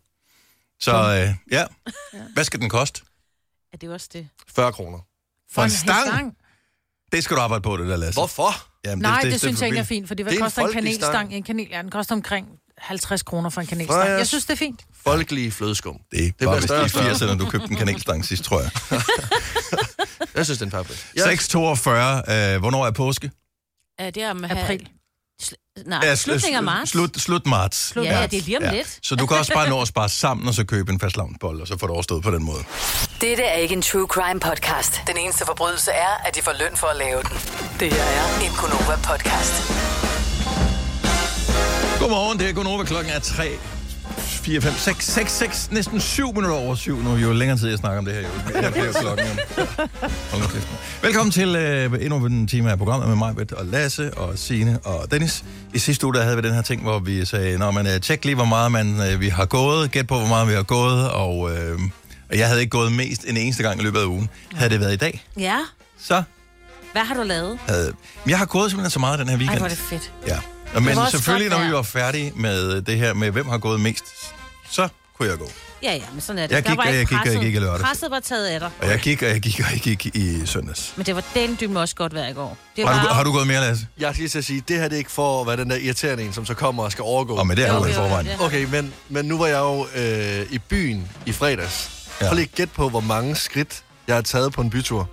A: Så øh, ja. Hvad skal den koste?
C: Er det jo også det?
D: 40 kroner.
A: For en stang? Det skal du arbejde på, det der, Lasse.
D: Hvorfor?
A: Jamen,
B: Nej, det, det synes jeg ikke er fint, fordi hvad
D: Det er en
B: koster en
D: folkelig stang.
B: kanelstang? En kanel, ja, den koster omkring 50 kroner for en kanelstang.
D: Frejas-
B: Jeg synes, det er fint.
D: Folkelige flødeskum.
A: Det
D: bliver
A: var vist
D: større og
A: i
D: større.
A: 80'erne, du købte en kanelstang sidst, tror jeg.
D: Jeg synes, det er en fair pris. Ja.
A: 6.42, øh, hvornår er påske?
C: Er det om
B: April.
C: Sl- nej,
A: Ja,
C: ja,
A: sl-
C: slutningen af marts.
A: Slut, slut marts.
C: Slut Ja, marts. det er lige om lidt.
A: Så du kan også bare nå at spare sammen, og så købe en fast lavnsbold, og så får du overstået på den måde.
F: Dette er ikke en true crime podcast. Den eneste forbrydelse er, at de får løn for at lave den. Det her er en Gunova-podcast.
A: Godmorgen, det er Gunova. Klokken er 3, 4, 5, 6, 6, 6, næsten 7 minutter over 7 nu. Jo længere tid jeg snakker om det her, jo mere bliver klokken. Hold nu kæft. Velkommen til øh, endnu en time af programmet med mig, Britt og Lasse og Sine og Dennis. I sidste uge der havde vi den her ting, hvor vi sagde, når man øh, tjek lige, hvor meget man, øh, vi har gået, gæt på, hvor meget vi har gået, og, øh, og jeg havde ikke gået mest en eneste gang i løbet af ugen. Havde det været i dag,
C: Ja.
A: så
C: Hvad har du lavet?
A: havde... Men jeg har gået simpelthen så meget den her
C: Ej,
A: weekend.
C: hvor er det fedt.
A: Ja. Og men
C: var også
A: selvfølgelig,
C: godt
A: når vi
C: vejr.
A: var færdige med det her med, hvem har gået mest, så kunne jeg gå.
C: Ja, ja, men sådan er det.
A: Jeg
C: Der
A: gik,
C: var
A: og
C: ikke
A: jeg gik, og jeg
C: presset.
A: gik i lørdags.
C: Presset var taget af dig.
A: Og jeg gik, og jeg gik, og jeg gik i søndags.
C: Men det var den dymme også godt vejr i går. Det var,
A: Har du, har du gået mere, Lasse?
D: Jeg skal lige til at sige, det her det er ikke for at være den der irriterende en, som så kommer og skal overgå.
A: Og med det er
C: Jo,
A: du i
C: jo, jo,
A: forvejen.
C: det.
D: Okay, men, men nu var jeg jo øh, i byen i fredags.
A: Ja.
D: Ja. Prøv lige at gætte på, hvor mange skridt jeg har taget på en bytur.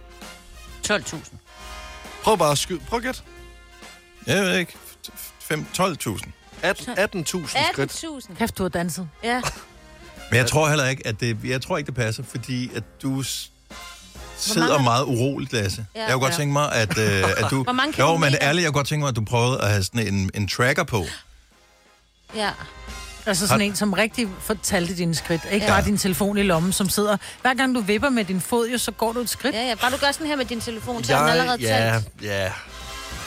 C: 12.000.
D: Prøv bare at skyde. Prøv at gætte.
A: Jeg ved ikke. F- fem- 12.000.
D: 18 18.000 skridt.
C: 18.000.
B: Kæft, du har danset.
C: Ja.
A: Men jeg tror heller ikke, at det, jeg tror ikke, det passer, fordi at du s- sidder
C: mange-
A: meget uroligt, Lasse.
C: Ja,
A: jeg kunne godt
C: ja.
A: tænke mig, at, øh, at du...
C: Hvor mange
A: jo,
C: kilometer?
A: men ærligt, jeg kunne godt tænke mig, at du prøvede at have sådan en, en tracker på.
C: ja.
B: Altså sådan en, som rigtig fortalte dine skridt. Ikke
A: Ja.
B: bare din telefon i lommen, som sidder... Hver gang du vipper med din fod, jo, så går du et skridt.
C: Ja, ja. Bare du gør sådan her med din telefon, så er den
D: Jeg,
C: allerede
D: ja,
C: talt.
D: ja.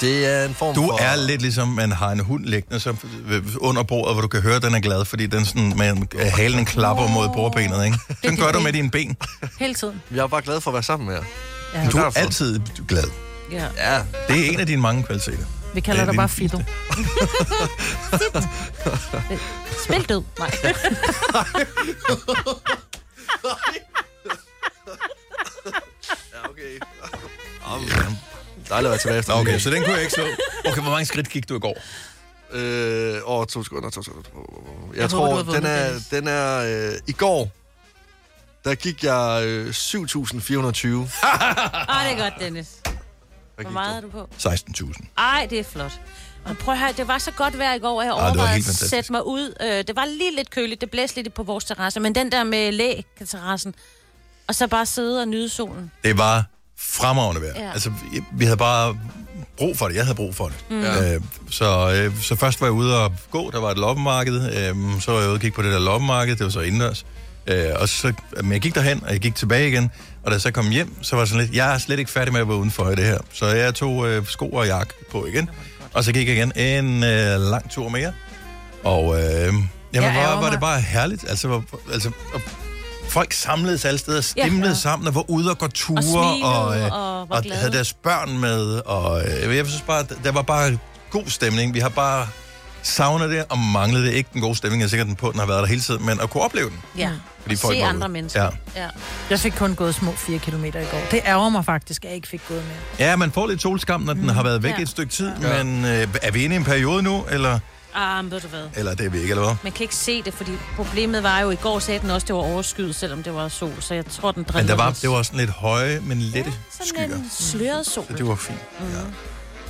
D: Det er en form
A: Du
D: for...
A: er lidt ligesom, man har en hund liggende så øh, under bordet, hvor du kan høre, at den er glad, fordi den sådan, man, halen klapper mod bordbenet, ikke? Den
B: dit
A: gør du
B: ben.
A: med dine ben.
B: Hele tiden.
D: Jeg er bare glad for at være sammen med jer.
B: Ja.
A: Du er
D: Derfor.
A: altid glad.
C: ja.
D: Ja.
A: Det er en af dine mange kvaliteter.
B: Vi kalder
A: Det er
B: dig bare
A: din
B: Fido.
C: Spil død. Nej.
D: Ja, okay. Dejligt at være tilbage efter.
A: Okay, så den kunne jeg ikke slå. Okay, hvor mange skridt gik du i går?
D: Øh, åh, to sekunder, to sekunder. Jeg,
B: Jeg
D: jeg
B: håber,
D: tror,
B: du har
D: håber,
B: vundet,
D: den er,
B: Dennis.
D: den er øh, i går, der gik jeg øh, 7.420.
C: Ej, det er godt, Dennis.
D: Hvad
C: Hvor
D: gik
C: meget er
D: du?
C: du på?
A: 16.000.
C: Ej, det er flot. Og prøv at høre, det var så godt vejr i går, at jeg
A: var
C: overvejede at
A: helt fantastisk.
C: sætte mig ud. Øh, Det var lige lidt køligt, det blæste lidt på vores terrasse, men den der med lægterrassen, og så bare sidde og nyde solen.
A: Det var fremragende vejr.
C: Ja.
A: Altså, vi- vi havde bare brug for det. Jeg havde brug for det. Øh, så, øh, så først var jeg ude og gå. Der var et loppemarked. Øh, så var jeg ude og kigge på det der loppemarked. Det var så indendørs. Øh, og så, men jeg gik derhen, og jeg gik tilbage igen. Og da jeg så kom hjem, så var jeg sådan lidt, jeg er slet ikke færdig med at være udenfor i det her. Så jeg tog øh, sko og jakke på igen. Og så gik jeg igen en øh, lang tur mere. Og øh, jamen,
B: ærgrer
A: hvor var
B: mig.
A: det bare herligt. Altså, hvor, altså og folk samledes alle steder, stimlede
C: Ja.
A: ja. sammen, og var ude og gå ture,
C: smilede,
A: og, øh,
C: og var
A: og
C: glade.
A: havde deres børn med, og øh, jeg synes bare, der var bare god stemning. Vi har bare savner det og mangler det. Ikke den gode stemning, jeg er sikker på, den har været der hele tiden, men at kunne opleve den.
C: Ja.
A: Fordi
C: Fordi
A: folk
C: se
A: var ude.
C: andre mennesker.
A: Ja.
C: ja.
B: Jeg fik kun gået små 4 km i går. Det ærger mig faktisk, at jeg ikke fik gået mere.
A: Ja, man får lidt solskam, når den har været væk
C: Ja.
A: et stykke tid,
D: Ja.
A: men øh, er vi inde i en periode nu, eller,
C: Ah, men ved du hvad?
A: eller det er vi ikke, eller hvad?
C: Man kan ikke se det, fordi problemet var jo, i går sagde den også, at det var overskyet, selvom det var sol, så jeg tror, den drillede
A: Men der var,
C: os.
A: det var sådan lidt høje, men lette ja,
C: sådan
A: skyer.
C: en sløret sol. Mm.
A: Så det var fint. Ja.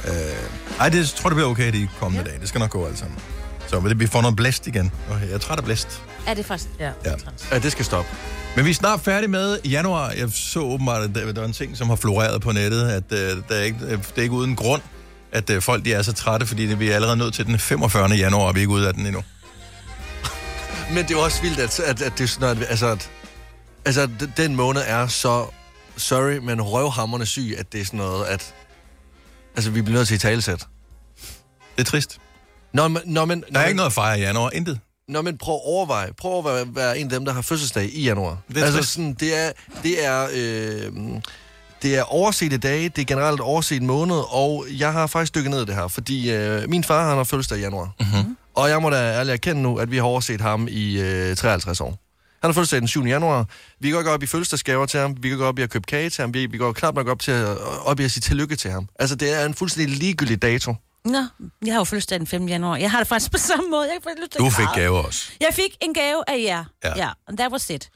A: Øh, ej, det tror jeg, det bliver okay de kommende ja. dage. Det skal nok gå alt sammen. Så vil det, vi får noget blæst igen. Okay, jeg er træt af blæst.
C: Er det faktisk?
B: Ja.
A: Ja.
D: Ja, det skal stoppe.
A: Men vi er snart færdige med januar. Jeg så åbenbart, at der, der er en ting, som har floreret på nettet, at øh, der er ikke, øh, det er ikke uden grund, at øh, folk de er så trætte, fordi det, vi er allerede nået til den 45. januar, og vi er ikke ude af den endnu.
D: Men det er jo også vildt, at, at, at det er sådan, at, altså, at, altså, at d- den måned er så, sorry, men røvhammerne syg, at det er sådan noget, at altså, vi bliver nødt til at tale sæt.
A: Det er trist.
D: Nå, men, nå, men,
A: Der er ikke noget at fejre i januar. Intet.
D: Nå, men prøv at overveje. Prøv at overveje at være en af dem, der har fødselsdag i januar.
A: Det er
D: altså,
A: trist.
D: sådan, det er, det er, øh, det er oversete dage, det er generelt overset måned, og jeg har faktisk dykket ned i det her, fordi øh, min far, han har fødselsdag i januar. Mm-hmm. Og jeg må da ærligt erkende nu, at vi har overset ham i øh, 53 år. Han har fødselsdag den 7. januar. Vi går ikke op i fødselsdagsgaver til ham. Vi går ikke op i at købe kage til ham. Vi, vi går knap nok op, til at, op i at sige tillykke til ham. Altså, det er en fuldstændig ligegyldig dato.
C: Nå, jeg har jo fødselsdag den 5. januar. Jeg har det faktisk på samme måde. Jeg, får lyst til at
A: Du fik
C: græde.
A: gaver også.
C: Jeg fik en gave af jer.
A: Ja.
C: Ja. ja and that was it.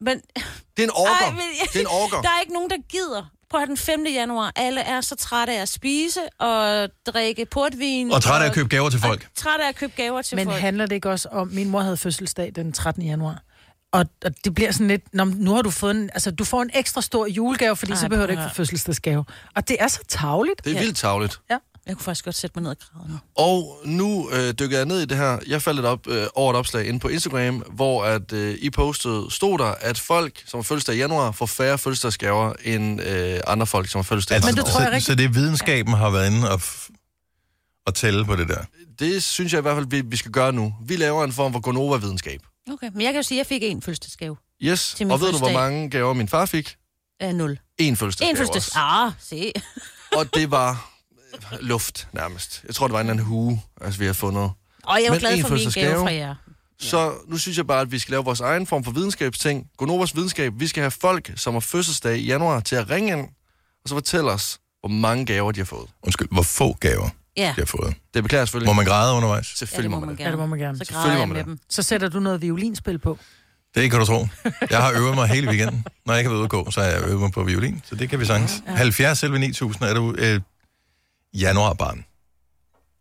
C: Men,
D: Det er en orker.
C: Ej, men jeg-
D: Det er en orker.
C: der er ikke nogen, der gider på at have den 5. januar. Alle er så trætte af at spise og drikke portvin.
A: Og træt af at købe gaver til
C: og
A: folk.
C: Trætte af at købe gaver til
B: Men
C: folk.
B: handler det ikke også om, min mor havde fødselsdag den 13. januar, og, og det bliver sådan lidt, Nå, men nu har du fået en, altså du får en ekstra stor julegave, fordi Ej,
C: Ej,
B: så behøver du
C: prøv
B: ikke
C: at
B: få fødselsdagsgave. Og det er så tavligt.
D: Det er vildt tavligt.
C: Jeg kunne faktisk godt sætte mig ned og græde nu.
D: Og nu øh, dykker jeg ned i det her. Jeg faldt lidt op øh, over et opslag inde på Instagram, hvor at øh, I postede, stod der, at folk, som har fødselsdag i januar, får færre fødselsdagsgaver end øh, andre folk, som har fødselsdag i
A: Altså,
B: Men
D: andre
B: det tror
D: år.
B: jeg
A: så,
B: rigtigt.
A: så det er videnskaben har været inde og, f- og tælle på det der.
D: Det synes jeg i hvert fald, vi, vi skal gøre nu. Vi laver en form for Gonova-videnskab.
C: Okay, men jeg kan jo sige, at jeg fik en fødselsdagsgave
D: Yes,
C: Til min
D: og ved du, hvor
C: fødselsdag.
D: mange gaver min far fik?
C: af 0.
D: En
C: En
D: fødselsdagsgave
C: fødselsdags...
D: også.
C: Ah, se.
D: Og det var øh, luft nærmest. Jeg tror, det var en eller anden hue, altså, vi havde fundet.
C: Og jeg var
D: Men
C: glad
D: en
C: for min
D: fødselsdagsgave.
C: gave fra jer.
D: Så nu synes jeg bare, at vi skal lave vores egen form for videnskabsting. Gonovas videnskab. Vi skal have folk, som har fødselsdag i januar, til at ringe ind, og så fortælle os, hvor mange gaver de har fået.
A: Undskyld, hvor få gaver
C: Ja,
A: de har fået.
D: Det beklager jeg
A: Må
D: selvfølgelig.
A: man græde undervejs?
C: ja det
D: Selvfølgelig
C: må man
D: det.
B: Ja,
C: gerne.
B: det må man gerne.
C: Så græder
D: Selvfølgelig
C: jeg
D: må
C: med
D: man
C: dem.
B: Så sætter du noget violinspil på.
A: Det kan du tro. Jeg har øvet mig hele weekenden. Når jeg ikke har været ude at gå, så har jeg øvet mig på violin. Så det kan vi sagtens. 70 selv 9000 er du øh, januarbarn.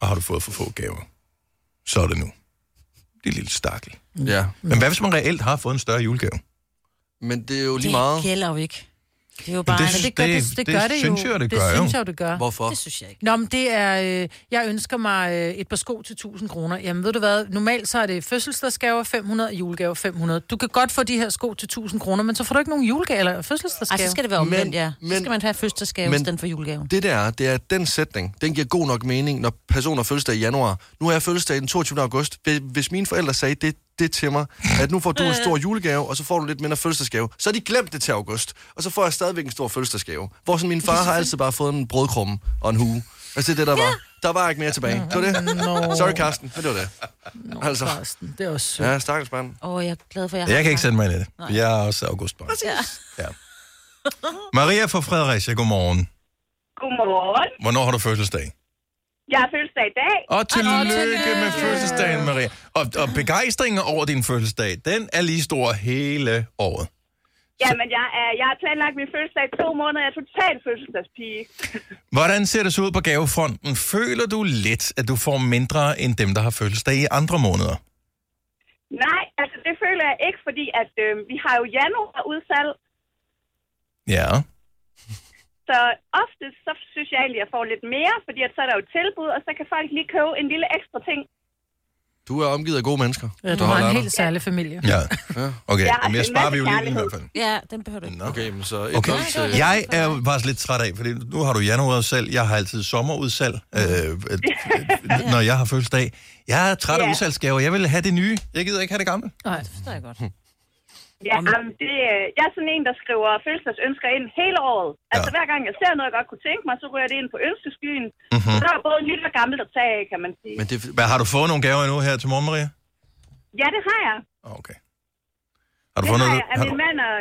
A: Og har du fået for få gaver. Så er det nu. Det er lille stakkel.
D: Ja,
A: Men hvad hvis man reelt har fået en større julegave?
D: Mm. men det er jo lige meget.
C: Det gælder jo ikke. Det er jo bare...
A: det
C: Det,
A: synes-
C: det,
B: gør
A: det- det synes
B: jo.
A: jeg, det gør,
B: Det
A: jo.
B: synes jeg, jo, det gør.
D: Hvorfor?
C: det synes jeg ikke.
B: Nå, men det er, øh, jeg ønsker mig øh, et par sko til 1000 kroner. Jamen ved du hvad, normalt så er det fødselsdagsgaver 500 og julegaver 500. Du kan godt få de her sko til 1000 kroner, men så får du ikke nogen julegave eller
C: Ej,
B: fødselsdagsgave.
C: så skal det være omvendt,
D: Men-
C: ja. Så
D: men-
C: skal man have fødselsdagsgave
D: men-
C: i stedet for julegaven.
D: Det der er, det er, at den sætning, den giver god nok mening, når personer har fødselsdag i januar. Nu er jeg fødselsdag den 22. august. Hvis- Hvis mine forældre sagde det, det til mig, at nu får du en stor julegave, og så får du lidt mindre fødselsdagsgave, så har de glemt det til august, og så får jeg stadigvæk en stor fødselsdagsgave. Hvor sådan min far har altid bare fået en brødkrumme og en hue. Altså det er det, der var. Der var ikke mere tilbage. Det var det.
B: Nå.
D: Sorry, Karsten, men det var det. Altså,
B: Karsten, det er også sødt.
D: ja, stakkels mand.
C: Åh, oh, jeg er glad for, at jeg
A: Jeg kan ikke sætte mig ind i det. for Jeg er også augustbarn.
C: Ja.
A: Ja. Maria fra Fredericia, godmorgen.
G: Godmorgen.
A: Hvornår har du fødselsdag?
G: Jeg har fødselsdag i dag.
A: Og tillykke med fødselsdagen, Maria. Og, og begejstringen over din fødselsdag, den er lige stor hele året.
G: Jamen, jeg, er, jeg har planlagt min fødselsdag i to måneder. Jeg er total fødselsdagspige.
A: Hvordan ser det så ud på gavefronten? Føler du lidt, at du får mindre end dem, der har fødselsdag i andre måneder?
G: Nej, altså det føler jeg ikke, fordi at, øh, vi har jo januar udsalg.
A: Ja.
G: Så ofte så synes jeg egentlig, at jeg får lidt mere, fordi at så er der jo et tilbud, og så kan folk lige købe en lille ekstra ting.
D: Du er omgivet af gode mennesker.
B: Ja, du
D: Der holder
B: har
D: af
B: en
D: dig.
B: helt særlig familie.
A: Ja. Okay,
G: Ja,
A: Jamen, jeg
G: en
A: sparer
G: masse
A: violinen i
G: kærlighed.
A: hvert fald.
C: Ja, den behøver du ikke.
A: Nå.
D: Okay, men så...
A: Okay.
D: Okay. Til,
A: Jeg er jo faktisk lidt træt af, fordi nu har du januarudsalg, jeg har altid sommerudsalg, øh, øh, når jeg har fødselsdag. Jeg er træt af
G: Ja.
A: udsalgsgaver, jeg vil have det nye, jeg gider ikke have det gamle.
B: Nej.
C: Det forstår jeg godt.
G: Ja, jamen, det, øh, jeg er sådan en, der skriver fødselsdagsønsker ind hele året. Altså, hver gang jeg ser noget, jeg godt kunne tænke mig, så ryger jeg det ind på ønskeskyen.
A: Mhm.
G: Mm-hmm. Så der er både nyt og gammelt at tage af, kan man sige.
D: Men det, er-
A: Hvad, har du fået nogle gaver endnu her til morgen, Maria?
G: Ja, det har jeg.
A: Åh, Okay. Har du
G: Det
A: fået
G: har
A: noget?
G: jeg af
A: Har du,
G: min mand og...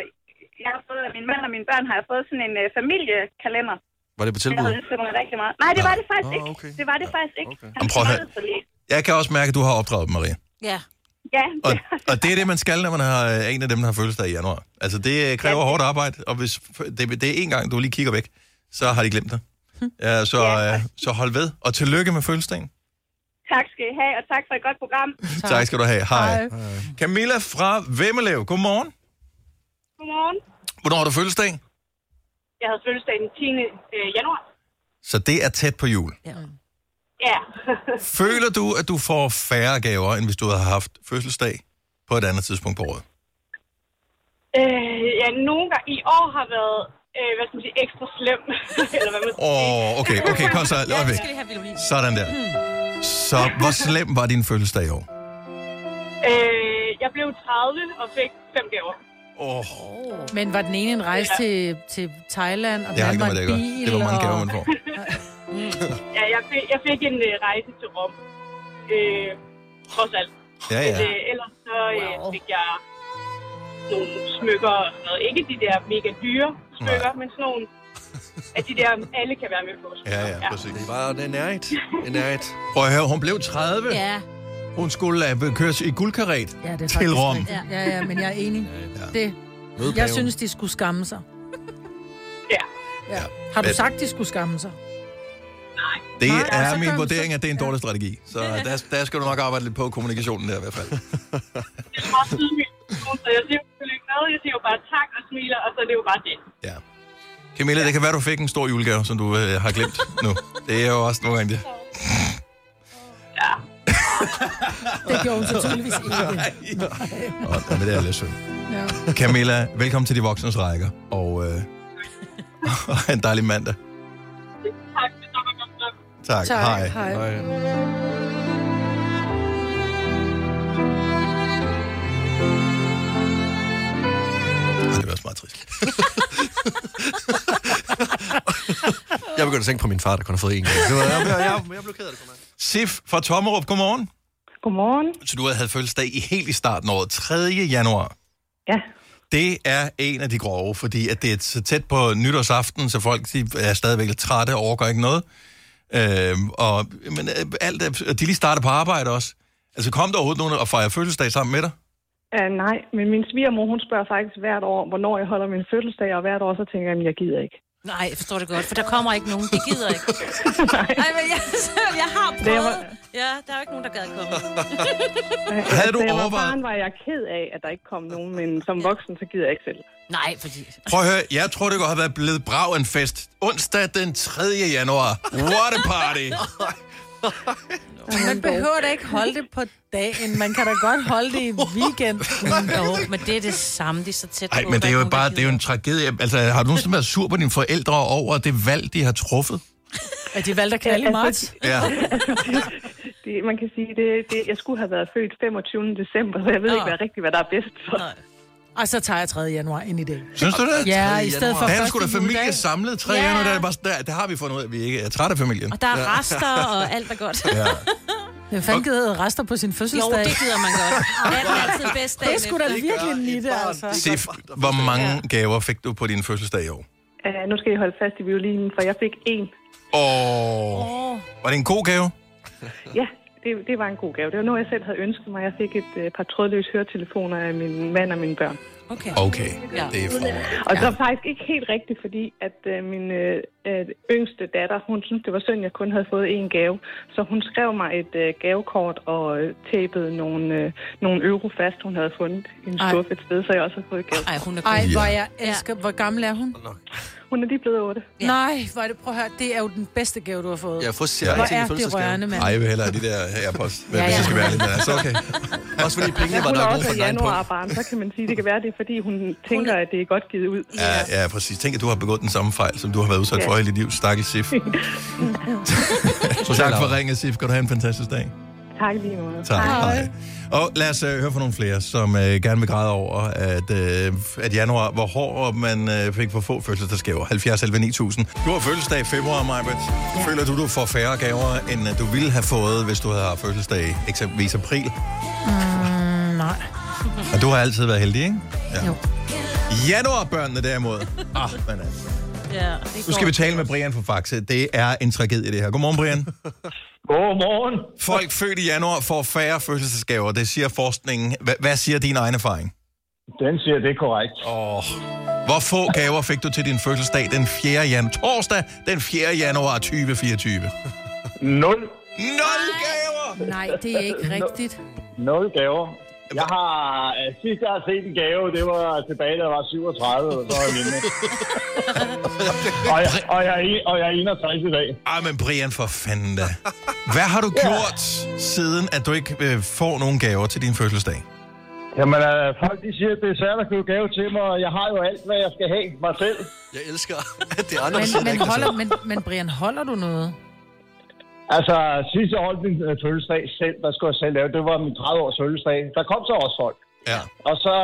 G: Jeg har fået af min mand og mine børn, har jeg fået sådan en øh, familiekalender.
D: var det på
G: Jeg
D: tilbud?
G: havde ønsket mig rigtig meget. Nej, det var det faktisk
D: Nå,
G: ikke.
D: okay.
G: Det var det faktisk ikke.
D: okay.
G: Han
A: Jamen, prøv at høre.
G: småede sig lidt.
A: jeg kan også mærke, at du har opdraget dem, Maria.
C: Ja.
G: Ja,
A: Og,
G: det har
A: og det er det, man skal, når man har øh, en af dem, der har fødselsdag i januar. Altså, det øh, kræver
G: Ja.
A: hårdt arbejde, og hvis f- det, det er en gang, du lige kigger væk, så har de glemt dig. Ja, så,
G: Ja.
A: øh, så hold ved, og tillykke med fødselsdagen.
G: Tak skal I have, og tak for et godt program.
A: Tak, tak skal du have. Hej. Camilla fra Vemmelev, godmorgen.
G: Godmorgen.
A: Hvornår har du fødselsdag?
G: Jeg havde fødselsdag den 10. øh, januar.
A: Så det er tæt på jul.
C: ja.
G: Ja.
A: Føler du, at du får færre gaver, end hvis du havde haft fødselsdag på et andet tidspunkt på året?
G: øh, ja, nogle gange i år har været, øh, hvad skal man sige, ekstra slem. Eller hvad man skal sige.
A: Åh, oh, okay, okay, kom så. Lad mig væk.
C: Skal lige have violin.
A: Sådan der. Så hvor slem var din fødselsdag i år?
G: Øh, jeg blev 30 og fik fem gaver.
A: Åh, oh,
B: Men var den ene en rejse ja. til, til Thailand, og den
A: det har
B: anden
A: ikke noget
B: var en
A: med det,
B: bil?
A: at gøre. Det var mange gaver, man
B: og...
A: får.
G: Ja, jeg fik, jeg fik en øh, rejse til Rom. Øh, trods alt.
A: Ja, ja.
G: Øh, ellers så øh, fik jeg nogle smykker og sådan noget. Ikke de der mega dyre smykker,
A: Nej.
G: men sådan nogle at de der, alle kan være med på.
A: Ja, ja,
G: præcis.
A: præcis.
D: Det var en nærhed. En nærhed.
A: Prøv at høre, hun blev 30.
C: Ja.
A: Hun skulle øh, køres i guldkaret
B: Ja, det er
A: til
B: faktisk
A: Rom.
B: rigtigt. Ja, ja, men jeg er enig. Det,
D: Mød
B: jeg
D: paven.
B: synes, de skulle skamme sig.
G: Ja.
B: Ja. Har du
A: Men-
B: sagt, de skulle skamme sig?
A: Det
B: Nej, altså,
A: er
B: kom,
A: min
B: så-
A: vurdering, at det er en dårlig strategi. Så der, der skal du nok arbejde lidt på kommunikationen der i hvert fald.
G: Det er meget tidligt, så jeg siger jo ikke noget. Jeg siger jo bare tak og smiler, og så er det jo bare det.
A: Ja. Camilla, det kan være, du fik en stor julegave, som du øh, har glemt nu. Det er jo også nogle gange det.
B: Det gjorde hun så tydeligvis ikke.
A: Og, men det er lidt synd.
B: Ja.
A: Camilla, velkommen til de voksnes rækker. Og øh, en dejlig mandag.
G: Tak, det er godt nok.
A: Tak.
B: Tak,
A: Hej.
B: hej.
D: Nej.
A: Det var også meget trist.
D: Jeg begyndte at tænke på min far, der kun har fået en gang. Det var, jeg, jeg, jeg, jeg blev ked af det for mig.
A: Sif fra Tommerup, godmorgen.
H: Godmorgen.
A: Så du havde fødselsdag i helt i starten af året, 3. januar.
H: Ja,
A: Det er en af de grove, fordi at det er så tæt på nytårsaften, så folk de er stadigvæk trætte og overgår ikke noget. Øhm, og, men øh, alt er, og de lige starter på arbejde også. Altså kom der overhovedet nogen og fejrer fødselsdag sammen med dig?
H: uh, nej, men min svigermor, hun spørger faktisk hvert år, hvornår jeg holder min fødselsdag, og hvert år, så tænker jeg, at jeg gider ikke.
C: Nej, jeg forstår det godt, for der kommer ikke nogen. Det gider ikke. Nej, men jeg, jeg har
H: Det
C: prøvet.
H: var-
C: Ja, der er jo ikke nogen, der gad komme.
H: Øh,
A: Havde du
H: da jeg var
A: overvejet-
H: barn, var jeg ked af, at der ikke kom nogen, men som voksen, så gider jeg ikke selv.
C: Nej, fordi...
A: Prøv at høre, jeg tror, det godt have været blevet brav en fest. Onsdag den 3. januar. What a party!
B: Man behøver da ikke holde det på dagen. Man kan da godt holde det i weekenden.
C: Jo, men det er det samme. Det er så tæt
A: Nej,
C: på.
A: men det
C: der
A: er jo
C: ikke nogen, der
A: bare det er jo en tragedie. Altså, har du nogensinde været sur på dine forældre over det valg, de har truffet?
B: At de valgte at knalde i marts.
A: Ja.
H: Det, man kan sige, det, det, jeg skulle have været født 25. december, så jeg ved
C: Nå.
B: Ah.
H: ikke hvad, rigtig, hvad der er bedst for.
C: Nej.
B: Og så tager jeg 3. januar ind i det.
A: Synes du det?
B: Ja, i stedet for
A: Der er
B: første
A: sgu da familie
B: juledag.
A: samlet tre
C: Ja.
A: yeah. der, er det bare, sådan, der, der har vi fundet ud af, at vi ikke er trætte af familien.
C: Og der er rester, og alt er godt.
A: Ja.
B: Hvem fanden gider rester på sin
C: Jo,
B: fødselsdag?
C: det gider man godt. Natten er altid bedst dagen
B: Det er sgu da
C: efter.
B: virkelig en nitte, altså.
A: Sif, hvor mange gaver fik du på din fødselsdag i år?
H: Uh, nu skal jeg holde fast i violinen, for jeg fik en.
A: Åh, oh.
C: Åh,
A: var det en god gave?
H: Ja, det, det var en god gave. Det var noget, jeg selv havde ønsket mig. Jeg fik et uh, par trådløse høretelefoner af min mand og mine børn.
C: okay.
A: Okay,
C: Ja.
A: det er for
H: Og ja. så faktisk ikke helt rigtigt, fordi at øh, min øh, øh, yngste datter, hun syntes, det var synd, at jeg kun havde fået én gave. Så hun skrev mig et øh, gavekort og øh, tapede nogle, øh, nogle euro fast, hun havde fundet i en
B: Ej.
H: skuffe et sted, så jeg også har fået et gave.
C: Ej, hun er
B: Ej,
C: god.
B: hvor jeg elsker. Hvor gammel er hun?
H: Hun er lige blevet otte.
B: Ja. Nej, hvor er det, prøv at høre, det er jo den bedste gave, du har fået.
D: Jeg har
B: Ja,
D: fået sin
A: Ja.
D: ja.
B: hvor
D: ting i
B: er det
D: fødselsdagsgave.
B: rørende, mand. Mm,
A: Ej, jeg vil hellere have de der AirPods, ja,
B: Ja,
A: hvis
B: ja.
A: jeg skal være lidt men altså okay.
D: Også fordi pengene var
H: Hun
D: der
H: er
D: gode
H: også
D: for
H: et
D: den egen punkt.
H: januarbarn, så kan man sige, det kan være, det er, fordi hun tænker, at det er godt givet ud.
A: Ja, ja, præcis. Tænk, at du har begået den samme fejl, som du har været udsat for hele dit liv. Stakkels Sif. tak for ringet, Sif. Kan du have en fantastisk dag.
H: Tak lige måde.
A: Tak. Hej. Og lad os øh, høre fra nogle flere, som øh, gerne vil græde over, at, øh, at januar var hård, og man øh, fik for få fødselsdagsgaver. 70 11 9000. Du har fødselsdag i februar, Majbert. Ja. Føler du, du får færre gaver, end øh, du ville have fået, hvis du havde haft fødselsdag i eksempelvis april?
B: Mm, nej.
A: Og du har altid været heldig, ikke? Ja.
B: Jo.
A: Januarbørnene derimod. Ah, man altså.
C: Ja, det
A: Nu skal vi tale med Brian fra Faxe. Det er en tragedie, det her. Godmorgen, Brian.
I: Godmorgen.
A: Folk født i januar får færre fødselsdagsgaver. Det siger forskningen. Hva- hvad siger din egen erfaring?
I: Den siger det er korrekt.
A: Åh. Hvor få gaver fik du til din fødselsdag den 4. januar? Torsdag den 4. januar 2024.
I: Nul.
A: Nul gaver!
B: Nej, det er ikke rigtigt.
I: Nul gaver. Jeg har... øh, Sidst jeg har set en gave, det var tilbage, da jeg var 37, og så var jeg hjemme. og, jeg, og, jeg, er en- og jeg er 61 i dag.
A: Ej, Ah, men Brian, for fanden da. Hvad har du gjort, siden at du ikke øh, får nogen gaver til din fødselsdag?
I: Jamen, øh, folk de siger, at det er svært at købe gave til mig, og jeg har jo alt, hvad jeg skal have mig selv.
D: Jeg elsker, at det er andre, der siger,
B: Men,
D: der
B: men,
D: ikke
B: holder, men, men Brian, holder du noget?
I: Altså, sidst jeg holdt min øh, fødselsdag selv, der skulle jeg selv lave, det var min 30-års fødselsdag. Der kom så også folk.
A: Ja.
I: Og så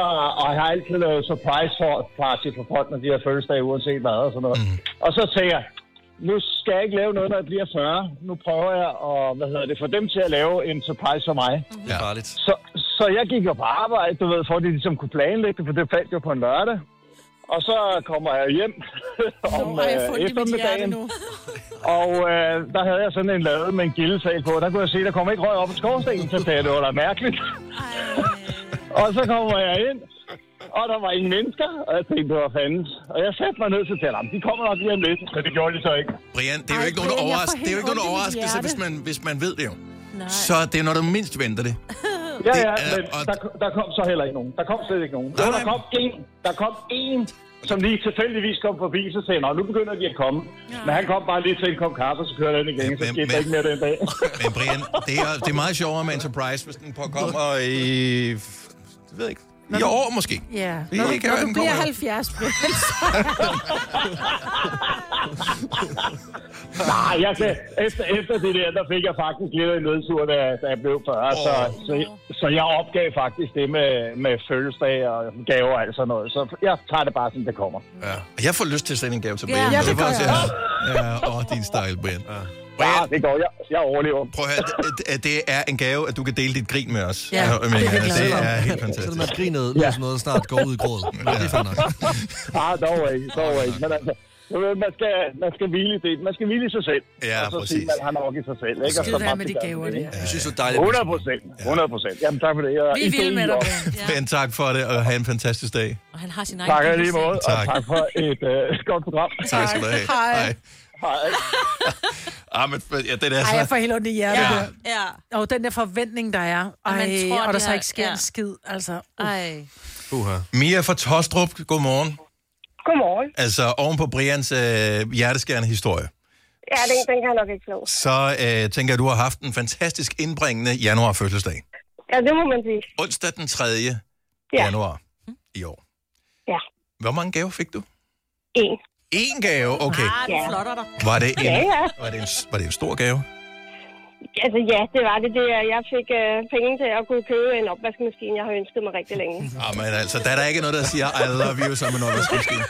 I: og jeg har altid lavet surprise for- party for folk, når de har fødselsdag, uanset hvad og sådan noget. Mm. Og så tænker jeg, nu skal jeg ikke lave noget, når jeg bliver 40. Nu prøver jeg at, hvad hedder det, få dem til at lave en surprise for mig.
D: Det er farligt.
I: Så, så jeg gik jo på arbejde, du ved, for at de ligesom kunne planlægge det, for det faldt jo på en lørdag. Og så kommer jeg hjem om
B: Nå, har jeg
I: øh,
B: fundet det i mit hjerte
I: eftermiddagen,
B: nu?
I: og øh, der havde jeg sådan en lade med en gildesal på. Der kunne jeg se, der kom ikke røg op i skorstenen, så sagde jeg, det var da mærkeligt. og så kommer jeg ind, og der var ingen mennesker, og jeg tænkte, det var fandens. Og jeg satte mig ned til at de kommer nok lige om lidt, men det gjorde de så ikke.
A: Brian, det er jo
C: Ej,
A: ikke nogen,
C: Brian, jeg får
A: overras- det er jo
C: helt
A: ikke nogen
C: ondt i mit
A: overraskelse,
C: hjerte.
A: hvis man, hvis man ved det jo.
C: Nej.
A: Så det er, når du mindst venter det.
I: Ja,
A: Det
I: ja,
A: er-
I: men
A: og-
I: der, der kom så heller ikke nogen. Der kom slet ikke nogen.
A: Nej,
I: Jo,
A: nej.
I: der kom en, der kom en, som lige tilfældigvis kom forbi, så sagde han, "Nå, nu begynder de at komme. Men han kom bare lige til en kop kaffe, og så kørte han igen,
A: Ja,
I: så
A: men-
I: skete der
A: men-
I: ikke mere den dag.
A: Men Brian, det er, det er meget sjovere med en surprise, hvis den kommer i... Jeg ved ikke. I år måske.
B: Ja.
A: Det
B: Når,
A: kan
B: du-
A: være,
B: når
A: den
B: du bliver
A: kommer.
B: 70, Brian, så
I: Nej, jeg kan, efter, efter det der, der fik jeg faktisk lidt af en nødsur, da, da jeg blev 40. Oh. Så, så, så jeg opgav faktisk det med, med fødselsdag og gaver og alt sådan noget. Så jeg tager det bare, som det kommer.
A: Ja. Og Jeg får lyst til at sende en gave til Brian.
B: Ja, det gør
A: faktisk-
B: jeg
A: Ja, åh, din style, Brian. Ja.
I: Ja,
A: Brian,
I: det går. Jeg, jeg overlever.
A: prøv at høre, det- det, det er en gave, at du kan dele dit grin med os.
B: Ja,
A: Ja,
B: det er
A: men,
B: vi
A: det,
B: glade
A: det
B: for.
A: er helt
D: Selvom
A: fantastisk.
D: at grinet ja. sådan noget snart går ud i gråd. Ja. Det er fair nok.
I: Ah, dog ikke, dog ikke. Men altså, du ved, man skal, man skal hvile i det. Man skal hvile i sig selv.
A: Ja,
I: og så
A: præcis.
I: Sige, man har nok i sig selv. Ikke? Og
B: det der
I: bare
B: med de
I: det
B: gaver der.
D: Jeg synes, det er dejligt.
I: 100 procent. 100 procent. Jamen, tak for det. Jeg,
B: Vi er vilde med dig, Brian.
A: Brian, tak for det, og have en fantastisk dag.
C: Og han har sin egen
I: Tak
C: gildesal.
I: lige måde, og
A: Tak.
I: tak for et øh, godt program.
A: Tak skal du have.
B: Hej.
I: Hej.
A: Ah, men, ja, det er
B: Ej, jeg
A: så...
B: får helt ondt i hjertet.
A: Ja.
B: Ja.
C: Ja.
B: Og den der forventning, der er. Ej,
C: man tror,
B: og der
C: det
B: så
C: er-
B: ikke sker
C: ja.
B: en skid. Altså, uh.
C: Ej.
D: Uha.
A: Mia fra Tostrup, godmorgen.
G: Godmorgen.
A: Altså, oven på Brians øh, hjerteskærende historie,
G: Ja, den, den kan jeg nok ikke slå.
A: så øh, tænker jeg, du har haft en fantastisk indbringende januar-fødselsdag.
G: Ja, det må man sige.
A: Onsdag den 3. Ja.
G: Ja.
A: januar i år.
G: Ja.
A: Hvor mange gaver fik du?
G: En.
A: En gave, okay.
C: Ah, du
G: Ja.
C: flotter dig.
A: Var det en,
G: Ja, ja.
A: Var det en, var det en stor gave?
G: Altså ja, det var det. det er- jeg fik øh, penge til at kunne købe en opvaskemaskine, jeg har ønsket mig rigtig længe.
A: Ah, men altså, der er der ikke noget, der siger, I love you, som en opvaskemaskine.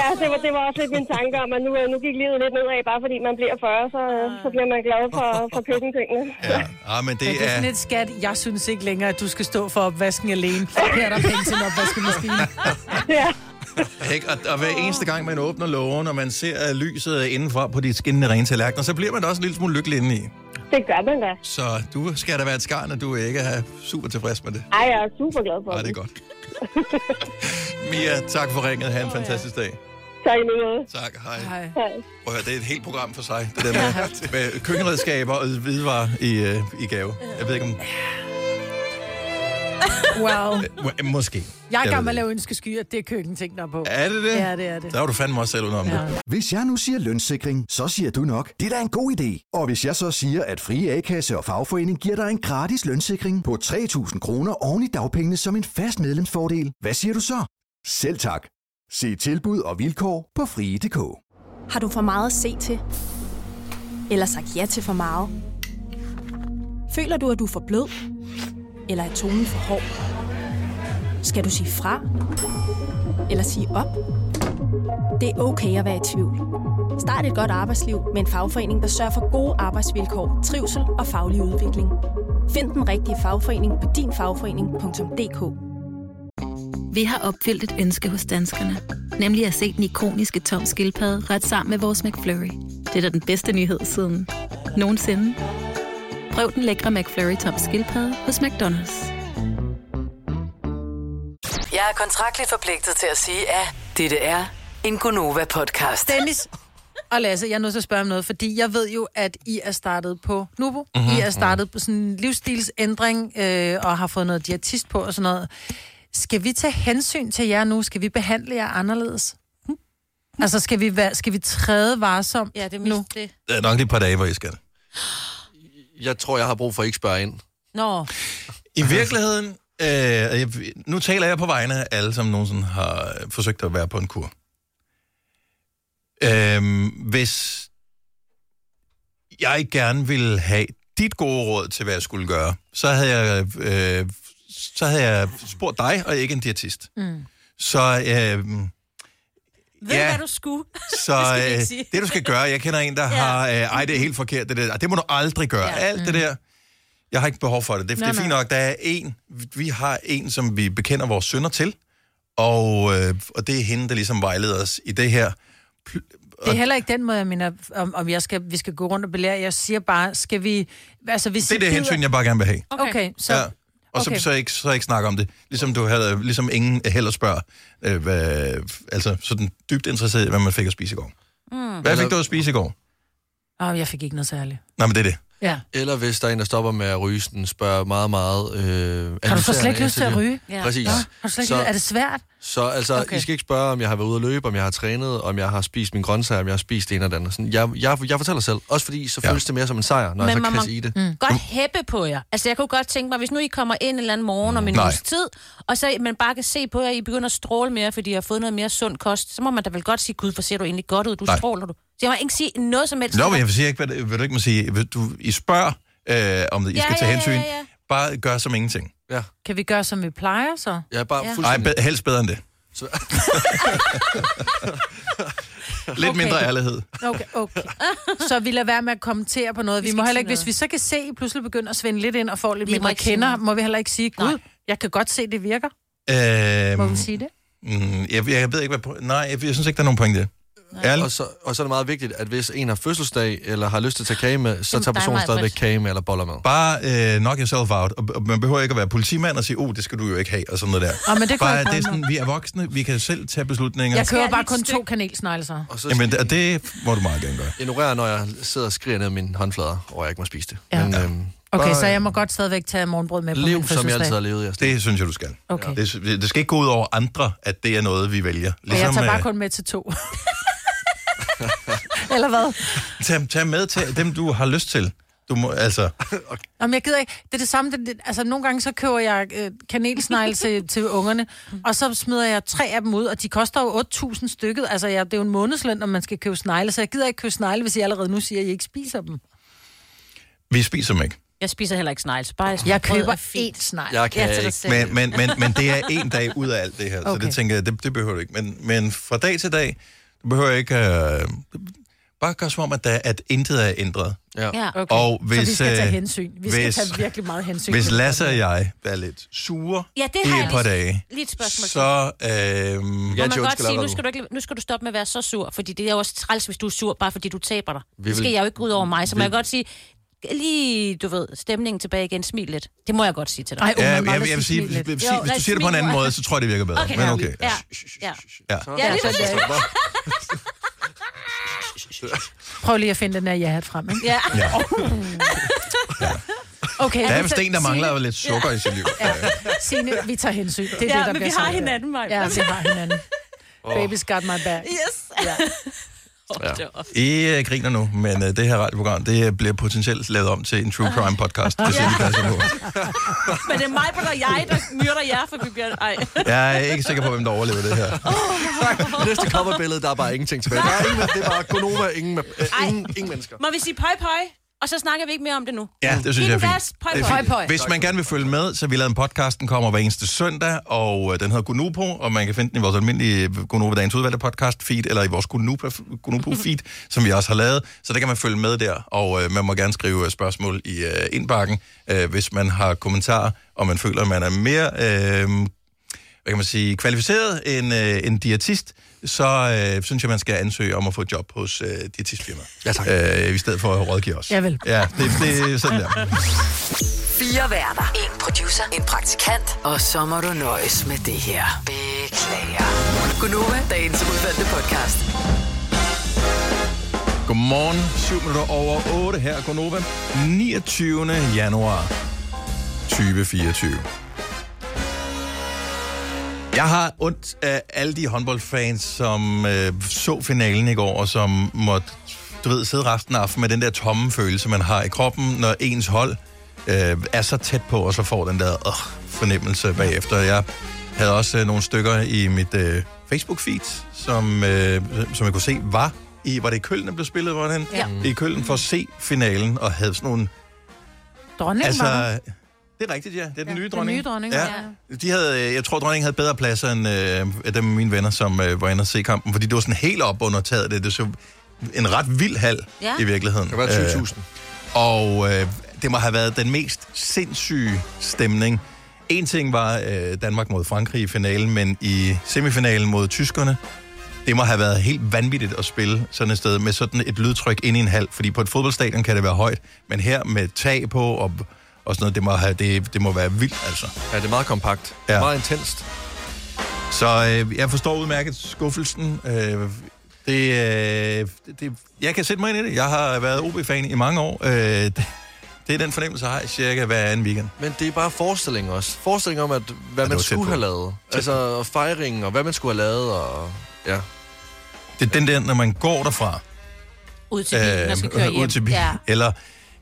G: Ja, det var, det var også lidt min tanke om, at nu, øh, nu gik livet lidt nedad, bare fordi man bliver 40, så, øh,
C: Ah.
G: så bliver man glad for, for køkkentingene.
A: Ja. Ah, men det
B: Det er sådan
A: er...
B: et skat. Jeg synes ikke længere, at du skal stå for opvasken alene. Her er der penge til en opvaskemaskine.
G: Ja.
A: Ikke? Og, og hver eneste gang, man åbner lågen, og man ser øh, lyset indenfra på de skinnende rene tallerkener, så bliver man da også en lille smule lykkelig indeni.
G: Det gør man da.
A: Så du skal da være et skarn, at du ikke er super tilfreds med det.
G: Ej, jeg er super glad for
A: Ah, det
G: det.
A: er godt. Mia, tak for ringet. Ha' en fantastisk dag.
G: Tak i lige måde.
A: Tak, hej.
B: Ej.
G: Hej.
A: Prøv at høre, det er et helt program for sig, det der med, med køkkenredskaber og hvidevarer i, øh, i gave. Jeg ved ikke om...
B: Wow.
A: Må- Måske.
B: Jeg er
A: ved
B: gammel med
A: det
B: at lave ønskeskyer. Det er køkkenting, der er på.
A: Er det det?
B: Ja, det er det.
A: Der var du fandme også selv udenom ja. det.
J: Hvis jeg nu siger lønssikring, så siger du nok, det er da en god idé. Og hvis jeg så siger, at Frie A-kasse og fagforening giver dig en gratis lønssikring på 3.000 kroner oven i dagpengene som en fast medlemsfordel, hvad siger du så? Selv tak. Se tilbud og vilkår på frie.dk.
K: Har du for meget at se til? Eller sagt ja til for meget? Føler du, at du er for blød? Eller er tonen for hård? Skal du sige fra? Eller sige op? Det er okay at være i tvivl. Start et godt arbejdsliv med en fagforening, der sørger for gode arbejdsvilkår, trivsel og faglig udvikling. Find den rigtige fagforening på dinfagforening.dk
L: Vi har opfyldt et ønske hos danskerne. Nemlig at se den ikoniske tom skildpadde ret sammen med vores McFlurry. Det er da den bedste nyhed siden nogensinde. Prøv den lækre McFlurry tom skildpadde hos McDonald's.
F: Jeg er kontraktligt forpligtet til at sige, at dette er en Gonova-podcast.
B: Dennis og Lasse, jeg er nødt til at spørge om noget, fordi jeg ved jo, at I er startet på Nubo.
F: Mhm,
B: Mm-hmm. I er startet på sådan en livsstilsændring øh, og har fået noget diætist på og sådan noget. Skal vi tage hensyn til jer nu? Skal vi behandle jer anderledes? Altså, skal vi, være, skal vi træde varsomt ja, det nu? Det.
A: Der er nok lige et par dage, hvor I skal.
D: Jeg tror, jeg har brug for at ikke spørge ind.
B: Nå.
A: I virkeligheden, øh, jeg, nu taler jeg på vegne af alle, som nogensinde har øh, forsøgt at være på en kur. Øh, hvis jeg gerne ville have dit gode råd til, hvad jeg skulle gøre, så havde jeg, øh, så havde jeg spurgt dig, og ikke en diætist.
C: Mm.
A: Så øh,
C: Ved
A: Ja.
C: ja. hvad du skulle?
A: Så
C: det skal vi ikke
A: det, øh,
C: sige.
A: det, du skal gøre, jeg kender en, der ja. har, øh, ej, det er helt forkert, det der. Det må du aldrig gøre. Ja. Alt det der, jeg har ikke behov for det. Det,
E: Nå,
A: det er fint
E: nej.
A: nok, der er en, vi har en, som vi bekender vores sønner til, og, øh, og det er hende, der ligesom vejleder os i det her.
B: Det er heller ikke den måde, jeg mener, om, om jeg skal, vi skal gå rundt og belære. Jeg siger bare, skal vi... Altså, hvis
A: Det er
B: I
A: det
B: gider-
A: hensyn, jeg bare gerne vil have.
B: Okay, okay så...
A: Ja. Og så,
B: okay.
A: okay. så, ikke, så ikke snakke om det. Ligesom, du havde, ligesom ingen heller spørger, øh, hvad, altså sådan dybt interesseret i, hvad man fik at spise i går.
B: Mm.
A: Hvad fik du at spise i går?
B: Oh, jeg fik ikke noget særligt.
A: Nej, men det er det.
B: Ja.
D: Eller hvis der er en, der stopper med at ryge, sådan spørger meget, meget... Øh,
B: Har du så
D: analyserende
B: slet ikke lyst til at
D: ind det.
B: ryge? Ja.
D: Præcis.
B: Nå, har du slet ikke
D: så,
B: lyst- Er det svært?
D: Så altså, okay. I skal ikke spørge, om jeg har været ude at løbe, om jeg har trænet, om jeg har spist min grøntsager, om jeg har spist det ene og det andet. Sådan, jeg, jeg, jeg fortæller selv. Også fordi, så føles det mere som en sejr, når jeg så
C: man
D: kan
C: må
D: sige det.
C: mm. godt hæppe på jer. Altså, jeg kunne godt tænke mig, hvis nu I kommer ind en eller anden morgen om en
D: Nej.
C: uges tid, og så man bare kan se på jer, I begynder at stråle mere, fordi I har fået noget mere sund kost, så må man da vel godt sige, gud, hvor ser du egentlig godt ud, du
A: Nej.
C: Nej. stråler du. Så jeg må ikke sige noget som helst.
A: Nå, men jeg vil sige ikke, hvad, det- hvad du ikke må sige. Vil Du, I spørger, øh, om det, I
B: Ja,
A: skal
B: ja,
A: tage
B: ja,
A: hensyn.
B: ja, ja.
A: Bare gør som ingenting.
D: Ja.
B: Kan vi gøre, som vi plejer, så?
D: Jeg er bare ja.
A: Nej, be, helst bedre end det.
D: Så-
A: Lidt
B: Okay.
A: mindre ærlighed.
B: Okay, okay. Så vi lader være med at kommentere på noget. Vi, vi må heller ikke, hvis
C: noget.
B: vi så kan se, at I pludselig begynder at svinde lidt ind og får lidt
C: Vi må
B: mindre
C: ikke sige
B: kender,
C: noget.
B: må vi heller ikke sige, gud, jeg kan godt se, det virker. Må
A: Øhm,
B: vi sige det?
A: mm, jeg, jeg ved ikke, hvad... po- Nej, jeg, jeg synes ikke, der er nogen point i det. Ærligt?
D: Og så, og så er det meget vigtigt, at hvis en har fødselsdag, eller har lyst til at tage kage med, så
A: Jamen,
D: tager
A: dig,
D: personen
A: Maj-Brit.
D: stadigvæk kage med, eller boller med.
A: Bare øh, knock yourself out. Og, og man behøver ikke at være politimand og sige, oh, det skal du jo ikke have, og sådan noget der.
B: Åh, men det kunne
A: bare,
B: jeg
A: det er
B: godt
A: sådan, vi er voksne, vi kan selv tage beslutninger.
B: Jeg kører bare kun to kanelsnegle, så.
D: så
A: Jamen, og det må du meget gerne gøre.
D: Ignorerer, når jeg sidder og skriger ned af mine håndflader, og jeg ikke må spise det.
B: Ja.
D: Men, øhm,
B: Okay,
D: bare,
B: så jeg må godt stadigvæk tage morgenbrød med på min
D: Lev, som jeg
B: fødselsdag.
D: altid har levet. Jeg
A: det synes jeg, du skal.
B: Okay.
A: Det, det skal ikke gå ud over andre, at det er noget, vi vælger.
B: Og jeg tager
A: øh,
B: bare kun med til to. Eller hvad?
A: Tag, tag med til dem, du har lyst til. Du må, altså,
B: Om jeg gider ikke. Det er det samme. Det, det, altså, nogle gange så køber jeg øh, kanelsnegle til, til ungerne, og så smider jeg tre af dem ud, og de koster jo 8.000 stykket. Altså, jeg, det er jo en månedsløn, når man skal købe snegle, så jeg gider ikke købe snegle, hvis I allerede nu siger, at I ikke spiser dem.
A: vi spiser dem ikke.
C: Jeg spiser heller ikke snegl, så bare
B: Jeg køber
C: én
B: snegle.
A: Jeg kan
C: til dig
A: ikke.
C: selv.
A: Men, men, men, men det er en dag ud af alt det her, okay. så
C: Okay.
A: det tænker jeg, det, det behøver du ikke. Men, men fra dag til dag, du behøver ikke... Øh, bare gør som om, at, der, at intet er ændret.
B: Ja, okay.
A: Og hvis,
B: så vi skal tage
A: øh,
B: hensyn. Vi skal
A: hvis-
B: tage virkelig meget hensyn.
A: Hvis Lasse og jeg er lidt sure
C: Ja, det
A: i
C: har
A: et
C: jeg
A: par
C: lige-
A: dage,
C: lige et spørgsmål
A: så... Øh, jeg må
C: Jeg man godt sige, nu skal, du ikke, nu skal du stoppe med at være så sur, fordi det er jo også træls, hvis du er sur, bare fordi du taber dig.
A: Vi
C: Vi skal
A: vil-
C: jeg jo ikke gå ud over mig, så
A: Vi-
C: man kan godt sige, lige, du ved, stemningen tilbage igen, smil lidt. Det må jeg godt sige til dig.
A: Ej, oh, Ja, man må jeg- aldrig jeg vil sige sige, smil hvis- lidt. hvis- hvis
C: lad
A: du siger det på en
C: smile.
A: anden måde, så tror jeg, det virker bedre.
C: Okay,
A: Men
C: ja.
A: okay.
C: Ja, ja.
A: Ja.
C: Ja, lige præcis.
B: Prøv lige at finde den her ja-hat frem, ikke?
C: Ja.
A: Ja.
B: Okay,
A: Der er
B: vi
A: vist
B: tager-
A: en, der mangler lidt sukker i sit liv.
B: Ja. Signe, vi tager hensyn. Det er
C: Ja,
B: det, der
C: men vi
B: bliver
C: har
B: sagt.
C: hinanden, Maja.
B: Ja, vi har hinanden.
A: Åh.
B: Baby's got my back.
C: Yes.
B: Ja.
A: Ja. I øh, griner nu, men øh, det her radioprogram, det øh, bliver potentielt lavet om til en true crime podcast. Det siger vi passer på.
C: Men det er mig, og jeg, der myrder jer, for vi bliver... Ej.
A: Jeg er ikke sikker på, hvem der overlever det her.
D: Næste coverbillede, der er bare ingenting tilbage. Der er ingen, det er bare Gonova, ingen, med- øh, ingen, ingen mennesker.
C: Må vi sige pøj pøj? Og så snakker vi ikke mere om det nu.
A: Ja, det synes jeg er fint. Det er fint.
C: Pøj, pøj.
A: Hvis man gerne vil følge med, så vi lavede en podcast, den kommer hver eneste søndag, og øh, den hedder Gunupo, og man kan finde den i vores almindelige øh, Gunupo Dagens Udvalgte podcast feed, eller i vores Gunupo, Gunupo feed, som vi også har lavet. Så der kan man følge med der, og øh, man må gerne skrive øh, spørgsmål i øh, indbakken, øh, hvis man har kommentarer, og man føler, at man er mere øh, hvad kan man sige, kvalificeret end øh, en diætist, så øh, synes jeg, man skal ansøge om at få et job hos øh, diætistfirma. Ja, tak. Øh, I stedet for at rådgive os.
B: Ja, vel.
A: Ja, det, det er sådan der.
F: Fire værter. En producer. En praktikant. Og så må du nøjes med det her. Beklager. Gunova, dagens udvalgte podcast.
A: Godmorgen, 7 minutter over 8 her er Gonova, 29. januar 2024. Jeg har ondt af alle de håndboldfans, som øh, så finalen i går, og som måtte du ved, sidde resten af aftenen med den der tomme følelse, man har i kroppen, når ens hold øh, er så tæt på, og så får den der øh, fornemmelse bagefter. Jeg havde også øh, nogle stykker i mit øh, Facebook-feed, som, øh, som jeg kunne se var i, var det i Køln, der blev spillet, var den?
B: Ja.
A: I Køln for at se finalen, og havde sådan nogle... Altså,
B: Dronningen var der.
A: det er rigtigt, ja. Det er den nye
B: den
A: dronning.
B: nye dronning,
A: De havde, øh, jeg tror, dronningen havde bedre pladser end øh, af dem af mine venner, som øh, var inde og se kampen, fordi det var sådan helt op under taget. Det, det så en ret vild hal
E: Ja.
A: ja. i virkeligheden.
E: Det var 20.000.
A: Øh, og øh, det må have været den mest sindssyge stemning. En ting var øh, Danmark mod Frankrig i finalen, men i semifinalen mod tyskerne, det må have været helt vanvittigt at spille sådan et sted med sådan et lydtryk ind i en hal, fordi på et fodboldstadion kan det være højt, men her med tag på og, og sådan noget, det må, have, det, det må være vildt, altså. Ja, det er meget kompakt. Ja. Meget intenst. Så øh, jeg forstår udmærket skuffelsen. Øh, det, øh, det, det, jeg kan sætte mig ind i det. Jeg har været OB-fan i mange år. Øh, det, det er den fornemmelse, jeg har cirka hver anden weekend.
D: Men det er bare forestilling også. Forestilling om, at hvad
A: det
D: man
A: var tæt
D: skulle
A: på.
D: have lavet. Altså, og fejringen, og hvad man skulle have lavet, og... Ja.
A: Det er den der, når man går derfra,
C: Ud til bilen, øh, skal køre hjem.
A: ud til bilen.
C: Ja.
A: Eller,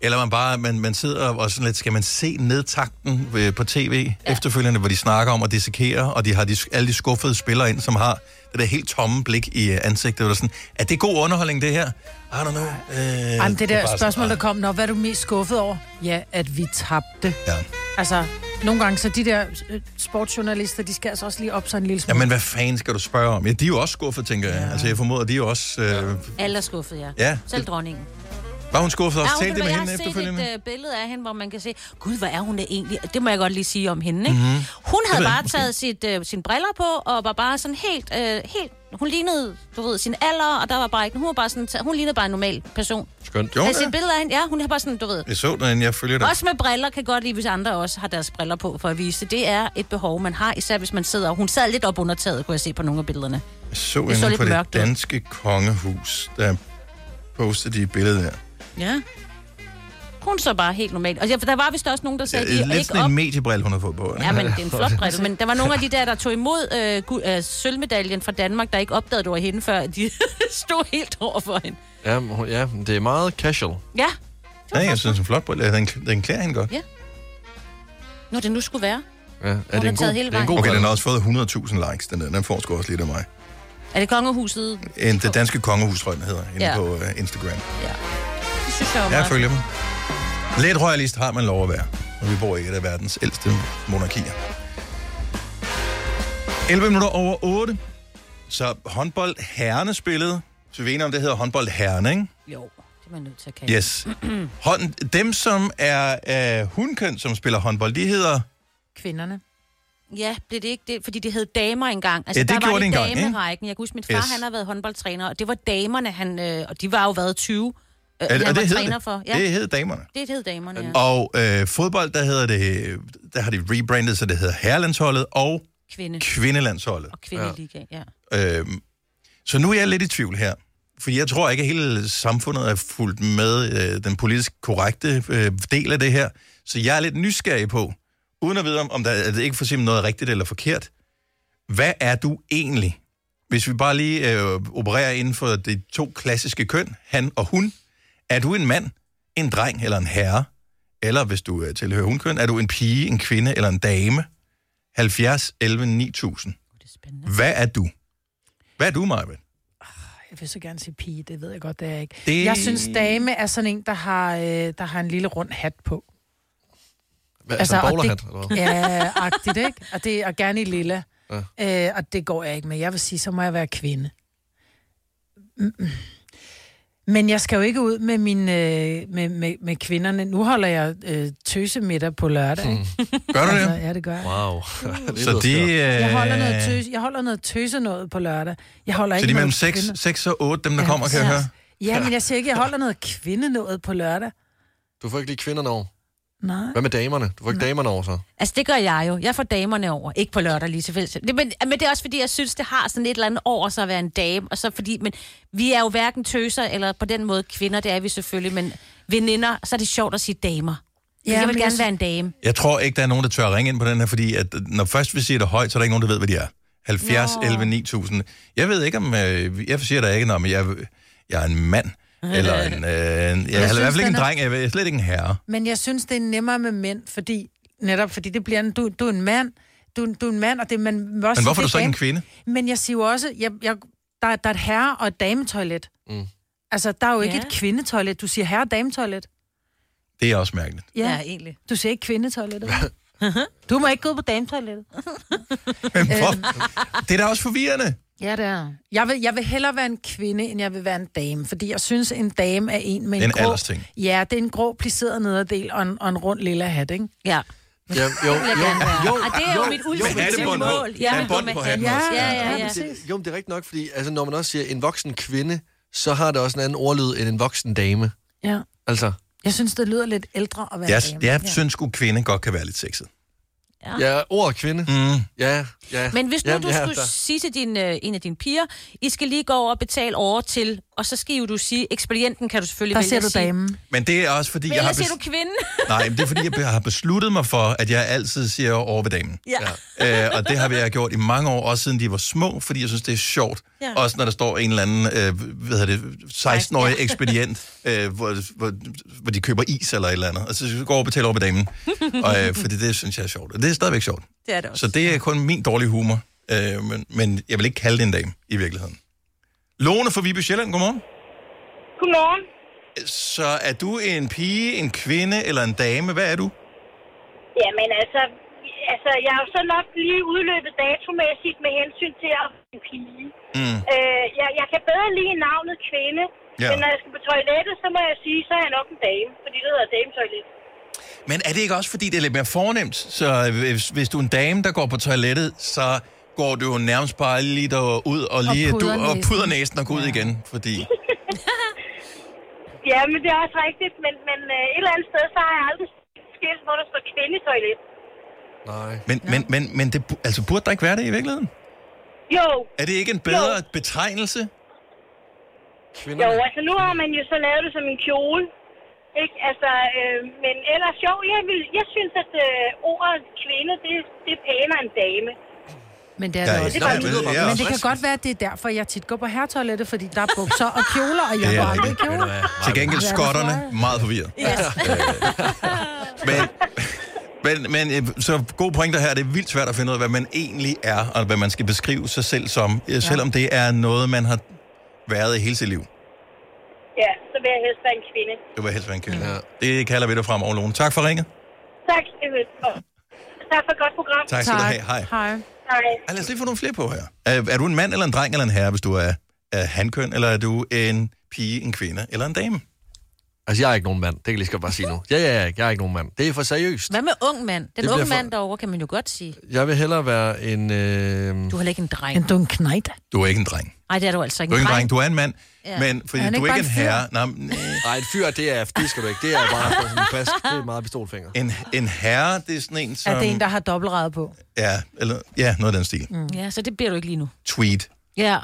A: eller man bare man, man sidder og sådan lidt, skal man se nedtakten øh, på tv ja. efterfølgende, hvor de snakker om at dissekere, og de har de, alle de skuffede spillere ind, som har det der helt tomme blik i øh, ansigtet. Eller sådan, er det god underholdning, det her? I don't know. Øh,
B: Ej, men
A: er
B: det der
A: bare
B: spørgsmål,
A: sådan,
B: der kom, når hvad er du mest skuffet over? Ja, at vi tabte.
A: Ja.
B: Altså, nogle gange, så de der øh, sportsjournalister, de skal altså også lige op sig en lille smule.
A: Jamen, hvad fanden skal du spørge om? Ja, de er jo også skuffet, tænker jeg. Altså, jeg formoder, de er jo også... Øh,
C: Alle er skuffet, ja.
A: Ja.
C: Selv dronningen.
A: var hun skuffet også?
C: hun-
A: Talte det med
C: jeg
A: hende
C: har
A: efterfølgende?
C: set et uh, billede af hende, hvor man kan se, gud, hvad er hun da egentlig? Det må jeg godt lige sige om hende, ikke? Mm-hmm.
A: Mhm.
C: Hun
A: Det
C: havde
A: ved jeg
C: bare
A: ikke,
C: taget sit, uh, sine briller på, og var bare sådan helt, uh, helt... Hun lignede, du ved, sin alder, og der var bare ikke... Hun, var bare sådan, hun lignede bare en normal person.
A: Skønt. Jo,
C: Jo,
A: ja.
C: altså, et billede af hende, ja, hun har bare sådan, du ved...
A: Jeg så den, jeg følger dig.
C: Også med briller kan godt lide, hvis andre også har deres briller på for at vise. det. Det er et behov, man har, især hvis man sidder... Hun sad lidt op under taget, kunne jeg se på nogle af billederne.
A: Jeg så
C: Det
A: hende
C: så lidt
A: på det
C: mørkt ud.
A: danske kongehus, der postede de et billede der.
C: Ja. Hun så bare helt normalt. Og der var vist også nogen, der sagde, at de
A: Øh,
C: er
A: Lidt
C: ikke
A: sådan
C: op
A: en mediebrille, hun har fået på.
C: Ja, men det er en flot brille. Men der var nogle af de der, der tog imod øh, gu- øh, sølvmedaljen fra Danmark, der ikke opdagede, du var hende, før de stod helt over for hende.
D: Ja, men hun- ja, det er meget casual.
C: Ja,
A: Ja, jeg synes, en flot brille. Den, den klæder hende godt.
C: Ja. når det nu skulle være.
A: Ja, er
C: har taget hele vejen.
A: Okay, den har også fået 100.000 likes, den der. Den får sgu også lidt af mig.
C: Er det kongehuset?
A: En, det danske kongehus, tror jeg, den hedder, inde
C: Ja.
A: på uh, Instagram.
C: Det synes jeg jo
A: Jeg
C: meget.
A: følger dem. Lidt royalist har man lov at være, og vi bor i et af verdens ældste monarkier. 11 minutter over 8. Så håndbold herrene spillede. Så vi er enige om, det hedder håndbold herrene, ikke?
C: Jo, det er man nødt til at kalde.
A: Yes. Hånd, dem, som er øh, hundkøn, som spiller håndbold, de hedder...
B: Kvinderne.
C: Ja, blev det ikke det? Fordi det hed damer engang. Altså,
A: Ja, det
C: der var
A: gjorde det engang, ikke?
C: damerækken. Jeg kan huske, min far,
A: Yes.
C: yes. han har været håndboldtræner, og det var damerne, han, øh, og de var jo været 20. Øh,
A: Er-
C: han
A: og
C: var
A: det hed
C: træner
A: det?
C: for.
A: Det hed damerne.
C: Det hed damerne, ja.
A: Og øh, fodbold, der hedder det... Der har de rebrandet, så det hedder herrelandsholdet og
C: Kvinde.
A: kvindelandsholdet. Og
C: Kvindeliga, ja.
A: Øhm, så nu er jeg lidt i tvivl her. Fordi jeg tror ikke, at hele samfundet er fuldt med øh, den politisk korrekte øh, del af det her. Så jeg er lidt nysgerrig på, uden at vide, om, om der er det ikke for eksempel noget er rigtigt eller forkert. Hvad er du egentlig? Hvis vi bare lige øh, opererer inden for de to klassiske køn, han og hun. Er du en mand, en dreng eller en herre? Eller hvis du øh, tilhører hunkøn, er du en pige, en kvinde eller en dame? 70, 11, 9000. Hvad er du? Hvad er du, Maja?
B: Jeg vil så gerne sige pige, det ved jeg godt, det er jeg ikke.
M: Det-
B: Det... Jeg synes, dame er sådan en, der har, øh, der har en lille rund hat på.
D: Hvad, altså, altså
B: og
D: en bowlerhat,
B: det-
D: eller hvad?
B: Ja, agtigt, ikke? Og, det, og gerne i lilla.
D: Ja.
B: Ja. Øh, og det går jeg ikke med. Jeg vil sige, så må jeg være kvinde. Mm-mm. Men jeg skal jo ikke ud med, mine, øh, med, med, med kvinderne. Nu holder jeg øh, tøsemiddag på lørdag. Ikke?
A: Gør du det?
B: Altså, ja, det gør jeg.
A: Wow.
D: Det
A: så
D: lyder
A: de...
D: skørt.
B: Jeg holder noget
A: øh,
B: tøse, jeg holder noget tøse noget på lørdag. Jeg holder
A: Så
B: ikke
A: de er mellem
B: noget
A: 6,
B: kvinde-
A: 6 og 8, dem der kommer, kan jeg høre?
B: Ja, men jeg siger ikke, jeg holder noget kvinde noget på lørdag.
D: Du får ikke lige kvinderne over.
B: Nej.
D: Hvad med damerne? Du får ikke damerne over, så?
C: Altså, det gør jeg jo. Jeg får damerne over. Ikke på lørdag lige tilfældigt. Det- Men, men det er også, fordi jeg synes, det har sådan et eller andet over sig at være en dame. Og så fordi, men vi er jo hverken tøser eller på den måde kvinder, det er vi selvfølgelig, men veninder, så er det sjovt at sige damer. Ja, jeg
B: men
C: vil
B: jeg
C: gerne
B: synes-
C: være en dame.
A: Jeg tror ikke, der er nogen, der tør at ringe ind på den her, fordi at, øh, når først vi siger det højt, så er der ikke nogen, der ved, hvad de er. 70,
E: Nå.
A: Nå. 11, 9000. Jeg ved ikke, om... Øh, jeg siger der ikke, om jeg, jeg er en mand, eller en... Øh, jeg, jeg, jeg er i hvert fald
B: synes,
A: ikke en
B: den er-
A: dreng, jeg er slet ikke en herre.
B: Men jeg synes, det er nemmere med mænd, fordi, netop fordi det bliver en, du, du er en mand, du, er en- du er en mand, og det man også
A: Men hvorfor er du
B: det
A: så ikke en
B: dame-
A: kvinde?
B: Men jeg siger jo også, jeg, jeg, der, er- der er et herre- og et dametoilet.
A: Mm.
B: Altså, der er jo ikke
C: Ja.
B: et kvindetoilet. Du siger herre- og dametoilet.
A: Det er også mærkeligt.
B: Ja. ja, egentlig. Du siger ikke kvindetoilettet. du må ikke gå ud på dametoilettet.
A: Men hvor, det er da også forvirrende.
B: Ja, det er. Jeg vil, jeg vil hellere være en kvinde, end jeg vil være en dame, fordi jeg synes, en dame er en med en,
A: En
B: grå...
A: aldersting.
B: Ja, det er en grå, plisseret nederdel og en, og en rund lilla hat, ikke?
C: Ja.
D: Ja, jo,
B: Det vil jeg
D: jo,
B: gerne være.
D: jo,
B: Og det er jo mit ultimative
D: men det er
B: mål.
D: bånd på.
B: Ja,
D: Der er
B: men
D: bånd
B: du med
D: på
B: hat.
D: hatten
B: Ja,
D: også.
B: ja, ja,
D: men det-
B: præcis.
D: Jo, men det er rigtigt nok, fordi altså, når man også siger en voksen kvinde, så har det også en anden ordlyd end en voksen dame.
B: Ja.
D: Altså,
B: Jeg synes, det lyder lidt ældre at være
A: Jeg,
B: dame.
A: jeg synes sgu, kvinde godt kan være lidt sexet.
D: ja, ord kvinde.
A: Mm.
D: Ja, ja.
C: Men hvis nu
D: Jamen,
C: du
D: ja,
C: skulle
D: der-
A: altså.
C: sige til din, øh, en af dine piger, I skal lige gå over og betale over til, og så skal I jo du sige, ekspedienten kan du selvfølgelig
B: Der
C: vælge
B: ser
C: at
B: du
C: sige.
B: damen.
A: Men det er også, fordi
C: Men
A: jeg har...
C: ellers siger du
A: bes-
C: kvinde.
A: Nej, men det er, fordi jeg be- har besluttet mig for, at jeg altid siger over ved damen.
C: Ja.
A: Øh, og det har jeg gjort i mange år, også siden de var små, fordi jeg synes, det er sjovt.
E: Ja.
A: Ja. Også når der står en eller anden øh, hvad hedder det, 16-årig ekspedient, øh, hvor, hvor, hvor de køber is eller et eller andet. Og så går jeg over og betaler over ved damen. Og, øh, fordi det synes jeg er sjovt. Og det er stadigvæk sjovt.
C: Det er det
A: Så
C: også.
A: det er kun min dårlige humor. Øh, men, men jeg vil ikke kalde det en dame, i virkeligheden. Lone fra Viby Sjælland, godmorgen.
G: Godmorgen.
A: Så er du en pige, en kvinde eller en dame? Hvad er du?
G: Jamen altså, altså, jeg er jo så nok lige udløbet datomæssigt med hensyn til at være en pige.
A: Mm.
G: Øh, jeg, jeg kan bedre lide navnet kvinde,
A: Ja.
G: ja. men når jeg skal på toilettet, så må jeg sige, så er jeg nok en dame, fordi det hedder dametoilet.
A: Men er det ikke også, fordi det er lidt mere fornemt? Så øh, hvis, hvis du er en dame, der går på toilettet, så går du jo nærmest bare lige derud og, lige,
G: Og pudrer
A: du, og
G: næsen.
A: puder næsen og går ud igen. Fordi,
G: Ja, men det er også rigtigt, men, men øh, et eller andet sted, så har jeg aldrig skilt, hvor der står kvindetoilet.
D: Nej.
A: Men, men, men, men det, bu- altså, burde der ikke være det i virkeligheden?
G: Jo,
A: Er det ikke en bedre jo. betegnelse?
G: jo, altså nu har man jo så lavet det som en kjole. Ikke? Altså, øh, men ellers jo, jeg, vil, jeg synes, at øh, ordet kvinde, det, det er pænere end dame.
B: Men det er
A: Ja,
B: det
A: ja,
B: også.
A: det er
B: Men-
A: bare- ja,
B: Men det kan
A: frisk.
B: godt være, at det er derfor, jeg tit går på herretoilettet, fordi der er bukser og kjoler, og jeg
A: Det er
B: går aldrig i
A: rigtigt.
B: kjole.
A: Til gengæld
B: Ja, det tror
A: skotterne,
B: jeg.
A: meget forvirret.
B: Yes.
A: Men, men, men øh, så gode pointer her. Det er vildt svært at finde ud af, hvad man egentlig er, og hvad man skal beskrive sig selv som. Ja. Selvom det er noget, man har været i hele sit liv.
G: Ja, så vil jeg helst være en kvinde.
A: Det var helst være en kvinde. Ja. Det kalder vi dig fremover, Lone. Tak for ringet.
G: Tak, Emil. Og tak for et godt program.
A: Tak skal du Tak. have. Hej.
B: Hej.
G: Hej.
A: Ej, lad os lige få nogle flere på her. Er, er du en mand eller en dreng eller en herre, hvis du er, er handkøn, eller er du en pige, en kvinde eller en dame?
D: Altså, jeg er ikke nogen mand. Det kan jeg lige skal bare sige nu. Ja, ja, ja, jeg er ikke nogen mand. Det er for seriøst.
C: Hvad med ung mand? Den
D: Det
C: unge
D: bliver for-
C: mand derovre kan man jo godt sige.
D: Jeg vil hellere være en... Øh...
C: Du er heller ikke en dreng.
B: Du er en knejt.
A: Du er ikke en dreng.
C: Nej, det er du altså ikke.
A: Du er ikke en dreng, du er en mand.
C: Ja.
A: Ja. Men fordi
C: Er
A: er
C: han
A: du
C: ikke
A: er
C: bare
A: ikke en
C: en fyr?
A: herre. Nej, men, øh.
D: Nej, en fyr, det er... Det skal du ikke. Det er bare for sådan en fast. Det er meget pistolfinger.
A: En, en herre, det er sådan en, som...
B: Er det en, der har dobbeltræde på?
A: Ja, eller, ja, noget af den stil.
C: Mm. Ja, så det bliver du ikke lige nu.
A: Tweet.
C: Ja.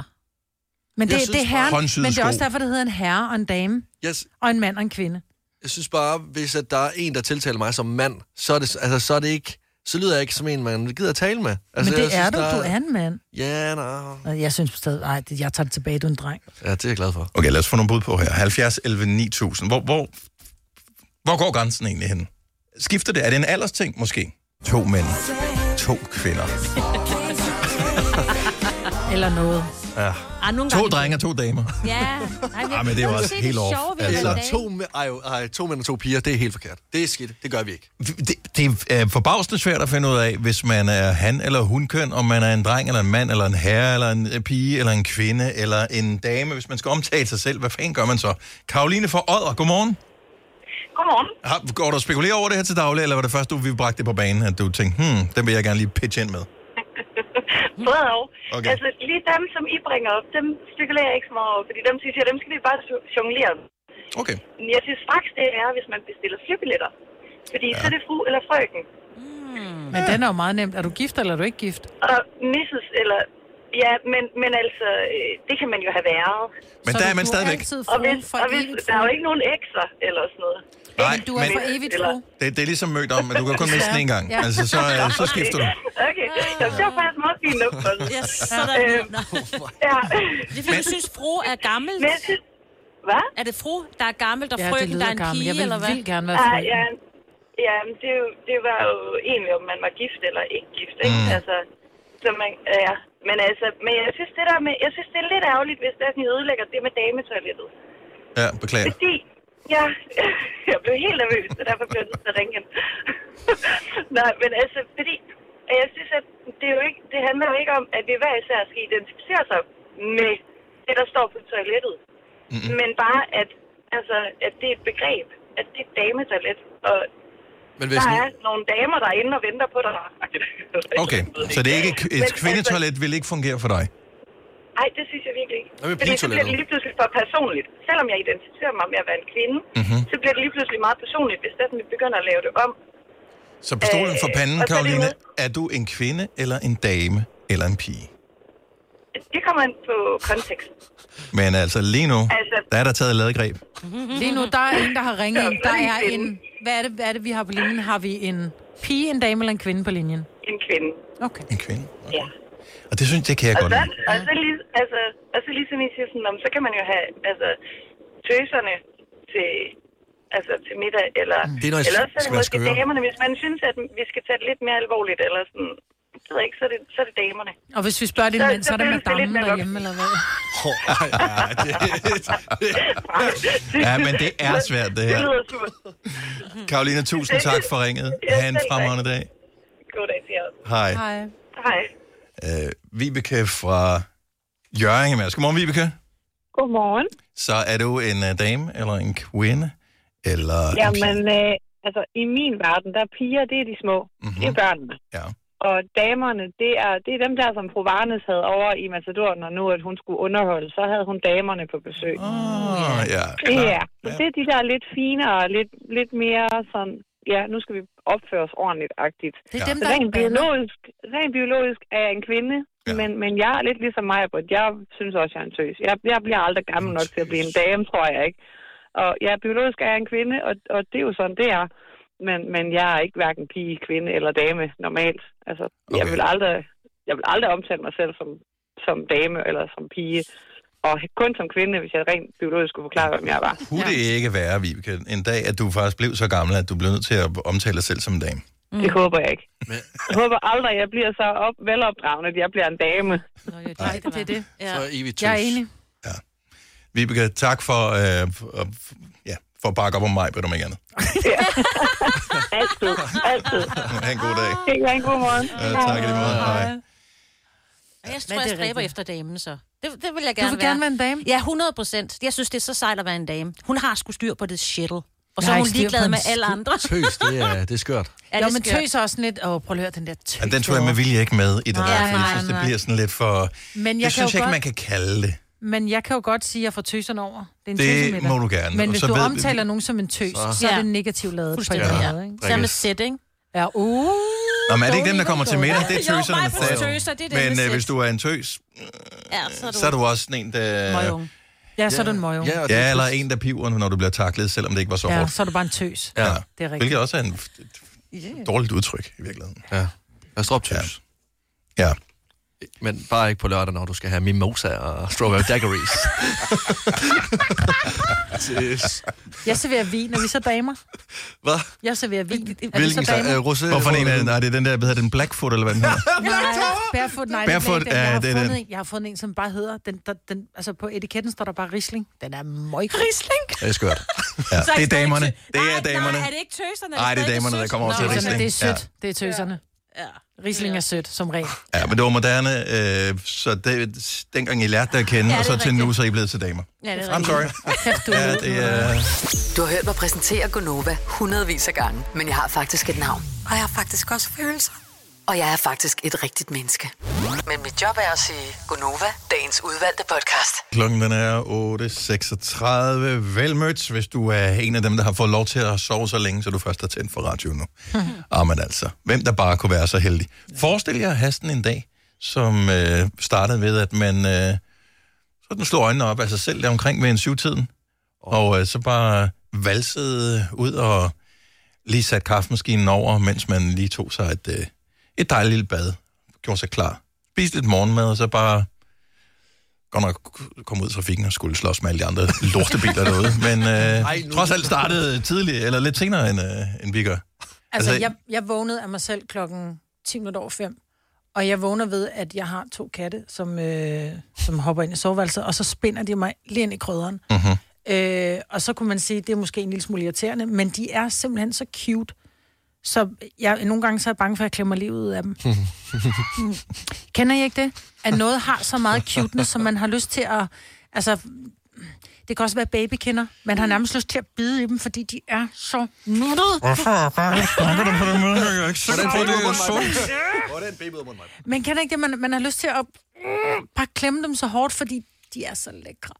B: Men det,
D: Jeg
B: synes,
D: synes
B: det er herren,
D: bare-
B: men det er også
D: Håndsyede sko.
B: derfor, det hedder en herre og en dame,
D: Yes.
B: og en mand og en kvinde.
D: Jeg synes bare, hvis at der er en, der tiltaler mig som mand, så er det, altså, så er det ikke... Så lyder jeg ikke som en, man gider at tale med.
B: Altså,
D: Altså,
B: men det er
D: jeg
B: du, du er en mand.
D: Ja, nej.
B: Og Jeg synes stadig, nej, det- jeg tager det tilbage, du er en dreng.
D: Ja, det er jeg glad for.
A: Okay, lad os få nogle bud på her. 70, 11, 9000. Hvor, hvor, hvor går grænsen egentlig hen? Skifter det? Er det en aldersting måske? To mænd. To kvinder.
B: eller noget.
A: Ja.
B: Ah, nogle
A: To
B: gange-
A: drenge og to damer.
C: Ja.
A: Ej, men det er jo også helt off. Altså.
D: Eller to, mæ- ej, jo, ej, to mænd og to piger, det er helt forkert. Det er skidt, det gør vi ikke.
A: Det, det er øh, forbavsende svært at finde ud af, hvis man er han- eller hunkøn, om man er en dreng eller en mand, eller en herre, eller en øh, pige, eller en kvinde, eller en dame. Hvis man skal omtale sig selv, hvad fanden gør man så? Karoline fra Odder, godmorgen.
G: Godmorgen.
A: Har, går du og spekulerer over det her til daglig, eller var det først, du vi bragte det på banen, at du tænkte, hmm, den vil jeg gerne lige pitche ind med?
G: Både og.
A: Okay.
G: Okay. Altså, lige dem, som I bringer op, dem spekulerer jeg ikke så meget over, fordi dem synes jeg, dem skal vi bare jo- jonglere.
A: Okay.
G: Men jeg synes straks, det er, hvis man bestiller flybilletter. Fordi ja. så er det fru eller frøken.
B: Men den er jo meget nemt. Er du gift, eller er du ikke gift?
G: Og misses eller... Ja, men, men altså, øh, det kan man jo have været.
A: Men Så der er du- man du er stadigvæk- altid
G: og hvis, og hvis, der er jo ikke nogen ekser eller sådan noget.
A: Nej, Men du er men- for
G: evigt fru.
A: Det, det er ligesom mødt om, at du kan kun miste den en gang. Altså, så, øh, så skifter du.
G: Okay, Jamen, det var faktisk meget fint opfattet.
C: Yes, sådan.
G: Øhm, ja.
C: Det er fordi, du synes, fru er gammel.
G: Hvad?
C: Er det fru, der er gammel, og
B: Ja,
C: ja,
B: det
C: frøken, der
B: lyder
C: er en
B: gammel.
C: pige,
B: Jeg vil
C: eller hvad?
B: vildt gerne
G: Ah, ja, ja men det, er jo- det var jo egentlig, om man var gift eller ikke gift, ikke?
C: Mm.
G: Altså, så man, ja. Men altså, men jeg synes, det der med, jeg synes, det er lidt ærgerligt, hvis det er, sådan, I ødelægger det med dametoilettet.
A: Ja, beklager.
G: Fordi, ja, jeg blev helt nervøs, så derfor blev jeg nødt til at ringe ind. Nej, men altså, fordi, at jeg synes, at det, er jo ikke, det handler jo ikke om, at vi hver især skal identificere sig med det, der står på toilettet. Mm-hmm.
A: Mm.
G: Men bare, at, altså, at det er et begreb, at det er et dametoilet, og
D: Men
A: hvis
G: der
A: nu-
G: er nogle damer, der er inde og venter på dig.
A: Okay, så det er ikke
G: Men
A: et
G: altså-
A: kvindetoilet vil ikke fungere for dig.
G: Nej, det synes jeg virkelig ikke.
A: Hvad med
G: Fordi så bliver det
A: pigetoilettet?
G: lige pludselig for personligt. Selvom jeg identificerer mig med at være en kvinde,
A: Mhm.
G: mm-hmm. så bliver det lige pludselig meget personligt, hvis det er, sådan, vi begynder at lave det om.
A: Så pistolen for
G: Øh,
A: panden,
G: og så er det
A: Karoline, er du en kvinde eller en dame eller en pige?
G: Det kommer an på kontekst.
A: Men altså lige nu,
G: Altså-
A: der er der taget ladegreb.
B: Lige nu, der er en, der har ringet ind. Der er en... Hvad er det, hvad er det vi har på linjen? Har vi en pige, en dame eller en kvinde på linjen?
G: En kvinde.
B: Okay.
A: En kvinde.
G: Ja.
A: Og det synes det kan jeg
G: Og
A: godt
G: så,
A: lide.
G: og, så lige, altså, og så ligesom I siger sådan, om, så kan man jo have altså, tøserne til, altså, til middag, eller,
A: Mm.
D: Det er noget,
G: eller også er
D: skal
G: det
D: være
G: måske
D: skøre.
G: damerne, hvis man synes, at vi skal tage det lidt mere alvorligt, eller sådan, det ved jeg ikke, så er det, så er det damerne.
B: Og hvis vi spørger din mand, så er det
G: føles lidt
B: madammen
G: mere
B: derhjemme, eller hvad?
A: Ja, men det er svært, det her.
G: Det lyder super.
A: Karoline, tusind tak for ringet.
G: Ja,
A: Ha' en
G: selv tak.
A: fremragende dag.
G: Goddag til jer.
A: Hej.
B: Hej.
G: Hej.
A: Øh, Vibeke fra Jørgen er med os. Godmorgen, Vibeke.
M: Godmorgen.
A: Så er du en uh, dame eller en kvinde? Eller en pige?
M: Jamen, øh, altså i min verden, der er piger, det er de små. Mm-hmm. Det er børnene.
A: Mhm. Ja.
M: Og damerne, det er, det er dem der, som fru Varnes havde over i Macedon, og nu at hun skulle underholde, så havde hun damerne på besøg.
A: Oh, ja.
M: ja. Så det er de der lidt finere, og lidt, lidt mere sådan, ja, nu skal vi opføre os ordentligt-agtigt.
B: Det er dem,
M: så
B: der er
M: rent
B: ikke
M: biologisk, rent biologisk er jeg en kvinde, ja. men, men jeg er lidt ligesom mig, Britt. Jeg synes også, jeg er en tøs. Jeg, jeg bliver aldrig gammel nok til at blive en dame, tror jeg ikke. Og ja, biologisk er jeg en kvinde, og, og det er jo sådan, det er. Men, men jeg er ikke hverken pige, kvinde eller dame normalt. Altså, okay. jeg, vil aldrig, jeg vil aldrig omtale mig selv som, som dame eller som pige. Og kun som kvinde, hvis jeg rent biologisk skulle forklare, hvem jeg var.
A: Kunne det ikke være, Vibeke, en dag, at du faktisk blev så gammel, at du blev nødt til at omtale dig selv som en dame?
M: Mm. Det håber jeg ikke. Jeg håber aldrig, at jeg bliver så op, velopdragende, at jeg bliver en dame.
B: Nej, det er det.
M: Ja.
D: Så evigt
B: Jeg er enig.
A: Vibeke, tak for, øh, f- og f- ja, for at bakke op om mig, ved du om ikke andet.
C: Ah,
M: altid, altid.
A: Ha' en god dag.
M: Ikke en god morgen.
A: Øh, tak i lige måde. Hej.
C: Og
B: Men
C: Jeg tror,
B: det
C: jeg
B: er
C: stræber
B: rigtigt.
C: efter damen, så. Det, det vil jeg
B: Du
C: gerne
B: vil gerne være en dame?
C: Ja, 100 procent. Jeg synes, det er så sejt at være en dame. Hun har sgu styr på det shittle. Og
B: Jeg
C: så er
B: har
C: hun
B: ikke styr på
C: ligeglad
B: en
C: med
B: skid.
C: alle andre.
D: Tøs, det er, det er skørt.
C: Er
B: Jo,
C: det
B: men
C: skørt?
B: tøs er også lidt... Åh, prøv lige at høre den der tøs.
A: Ja, den tror jeg med vilje ikke med i den
B: Nej,
A: her, for jeg
B: nej,
A: synes, det
B: nej.
A: bliver sådan lidt for...
B: Men jeg
A: det
B: kan
A: synes
B: jo
A: jeg ikke,
B: godt-
A: man kan kalde det.
B: Men jeg kan jo godt sige, at jeg får tøserne over. Det, er en
A: Det
B: tøsemiddag.
A: må du gerne.
B: Men
A: Og
B: hvis
A: så
B: du
A: ved-
B: omtaler nogen som en tøs,
A: Så-
B: så, så er
C: Ja.
B: det negativt lavet på en
C: Fuldstændig,
B: eller
C: ja.
B: anden måde.
A: Samme Rikkes.
C: sætning.
B: Ja, uh.
A: Nå, men er det ikke dem, der kommer til middag? Det er
C: Jo,
A: tøserne.
C: mig på
A: der får-
C: tøser, det er det
A: men
C: med
A: øh, hvis
C: sæt.
A: du er en tøs,
C: Ja, så er du,
A: så er du også sådan en, der...
B: Møgung. Ja, så er du en møgung.
A: Ja, ja, eller en, der piver, når du bliver taklet, selvom det ikke var så
B: Ja,
A: hårdt.
B: så er du bare en tøs.
A: Ja,
B: Det er rigtigt.
A: hvilket også er en f-
B: Yeah.
A: dårligt udtryk i virkeligheden.
D: Ja. Og stroptøs.
A: Ja. ja.
D: Men bare ikke på lørdag, når du skal have mimosa og strawberry daiquiris.
B: Jeg serverer vin, når vi så damer.
A: Hvad?
B: Jeg serverer vin. Er vi så
A: Hvilken så,
B: damer?
A: øh, rosé? Hvorfor en af Nej, det er den der, hvad hedder den? Blackfoot, eller hvad den hedder?
B: Nej, Barefoot, nej,
A: Barefoot,
B: det er, ikke den. jeg,
A: ja, det er
B: har fundet
A: den.
B: En, jeg har fundet en, som bare hedder, den, der, den, altså på etiketten står der bare Riesling. Den er møg. Riesling?
A: Det er skørt. Ja,
B: Så er
A: det er
B: det stadig
A: damerne.
B: sødt.
A: Det er
B: Nej,
A: damerne.
B: nej, er det ikke tøserne?
A: Nej, det er
B: stadig
A: damerne, der
B: sødt?
A: kommer over til
B: Nå, sådan,
A: Riesling.
B: at Det er
A: Ja.
B: sødt. Det er tøserne. Ja. Riesling er sødt, som regel.
A: Ja, men det var moderne, øh, så det, dengang I lærte det at kende,
F: Ja,
A: ja,
F: det
A: og så
F: er
A: til nu, så er I blevet til damer.
F: Ja, det er
A: I'm sorry. Ja, det er...
F: Du har hørt mig præsentere Gonova hundredvis af gange, men jeg har faktisk et navn. Og jeg har faktisk også følelser. Og jeg er faktisk et rigtigt menneske. Men mit job er at sige Gonova, dagens udvalgte podcast.
A: Klokken den er 8.36. Velmødt, hvis du er en af dem, der har fået lov til at sove så længe, så du først har tændt for radioen nu. Ah, men altså, hvem der bare kunne være så heldig. Forestil jer at have sådan en dag, som øh, startede ved, at man øh, sådan slog øjnene op af sig selv der omkring ved en syvtiden, og øh, så bare valsede ud og lige satte kaffemaskinen over, mens man lige tog sig et, øh, et dejligt lille bad, gjorde sig klar, spiste lidt morgenmad, og så bare godt nok kom ud i trafikken og skulle slås med alle de andre lortebiler derude, men øh,
B: Ej, nu-
A: trods alt startede tidligt, eller lidt senere end, øh, end vi gør.
B: Altså, jeg, jeg vågnede af mig selv klokken 10 minutter over 5, og jeg vågner ved, at jeg har to katte, som, øh, som hopper ind i soveværelset, og så spinder de mig lige ind i krydderen.
A: Mhm.
B: Øh, og så kunne man sige, at det er måske en lille smule irriterende, men de er simpelthen så cute, så jeg, nogle gange så er jeg bange for, at jeg klemmer livet ud af dem. Mm. Kender I ikke det? At noget har så meget cuteness, som man har lyst til at... Altså, det kan også være babykinder. Man har nærmest lyst til at bide i dem, fordi de er så nuttede.
D: Hvordan baby ud mod mig?
B: Men kan ikke det, man, man har lyst til at mm, bare klemme dem så hårdt, fordi de er så lækre.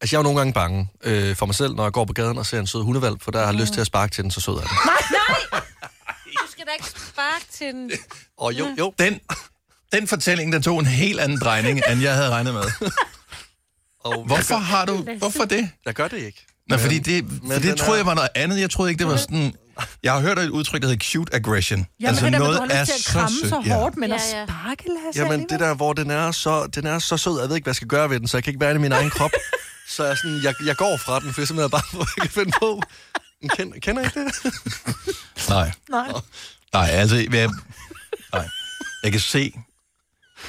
D: Altså, jeg er jo nogle gange bange øh, for mig selv, når jeg går på gaden og ser en sød hundevalp, for der har jeg lyst til at sparke til den, så sød er den.
C: Nej, nej! Du skal da ikke sparke til den.
A: Og jo, jo. Den, den fortælling, der tog en helt anden drejning, end jeg havde regnet med.
D: Og
A: hvorfor har du... Hvorfor det?
D: Jeg gør det ikke.
A: Nå, fordi det, for
D: den
A: det troede
D: er-
A: jeg var noget andet. Jeg troede ikke, det var sådan... Jeg har hørt et udtryk, der hedder cute aggression. Altså,
B: men det der med,
A: noget
B: du har lyst til at kramme så,
A: ja.
B: hårdt, men ja, ja. at sparke, Lasse,
D: Jamen,
B: alligevel.
D: det der, hvor den er, så, den er så sød, at jeg ved ikke, hvad jeg skal gøre ved den, så jeg kan ikke være inde i min egen krop. Så jeg, sådan, jeg, jeg går fra den, for jeg simpelthen er bare, hvor jeg kan finde på. Kender, kender I ikke det?
A: Nej.
B: Nej.
A: Nej, altså... Jeg, nej. jeg kan se...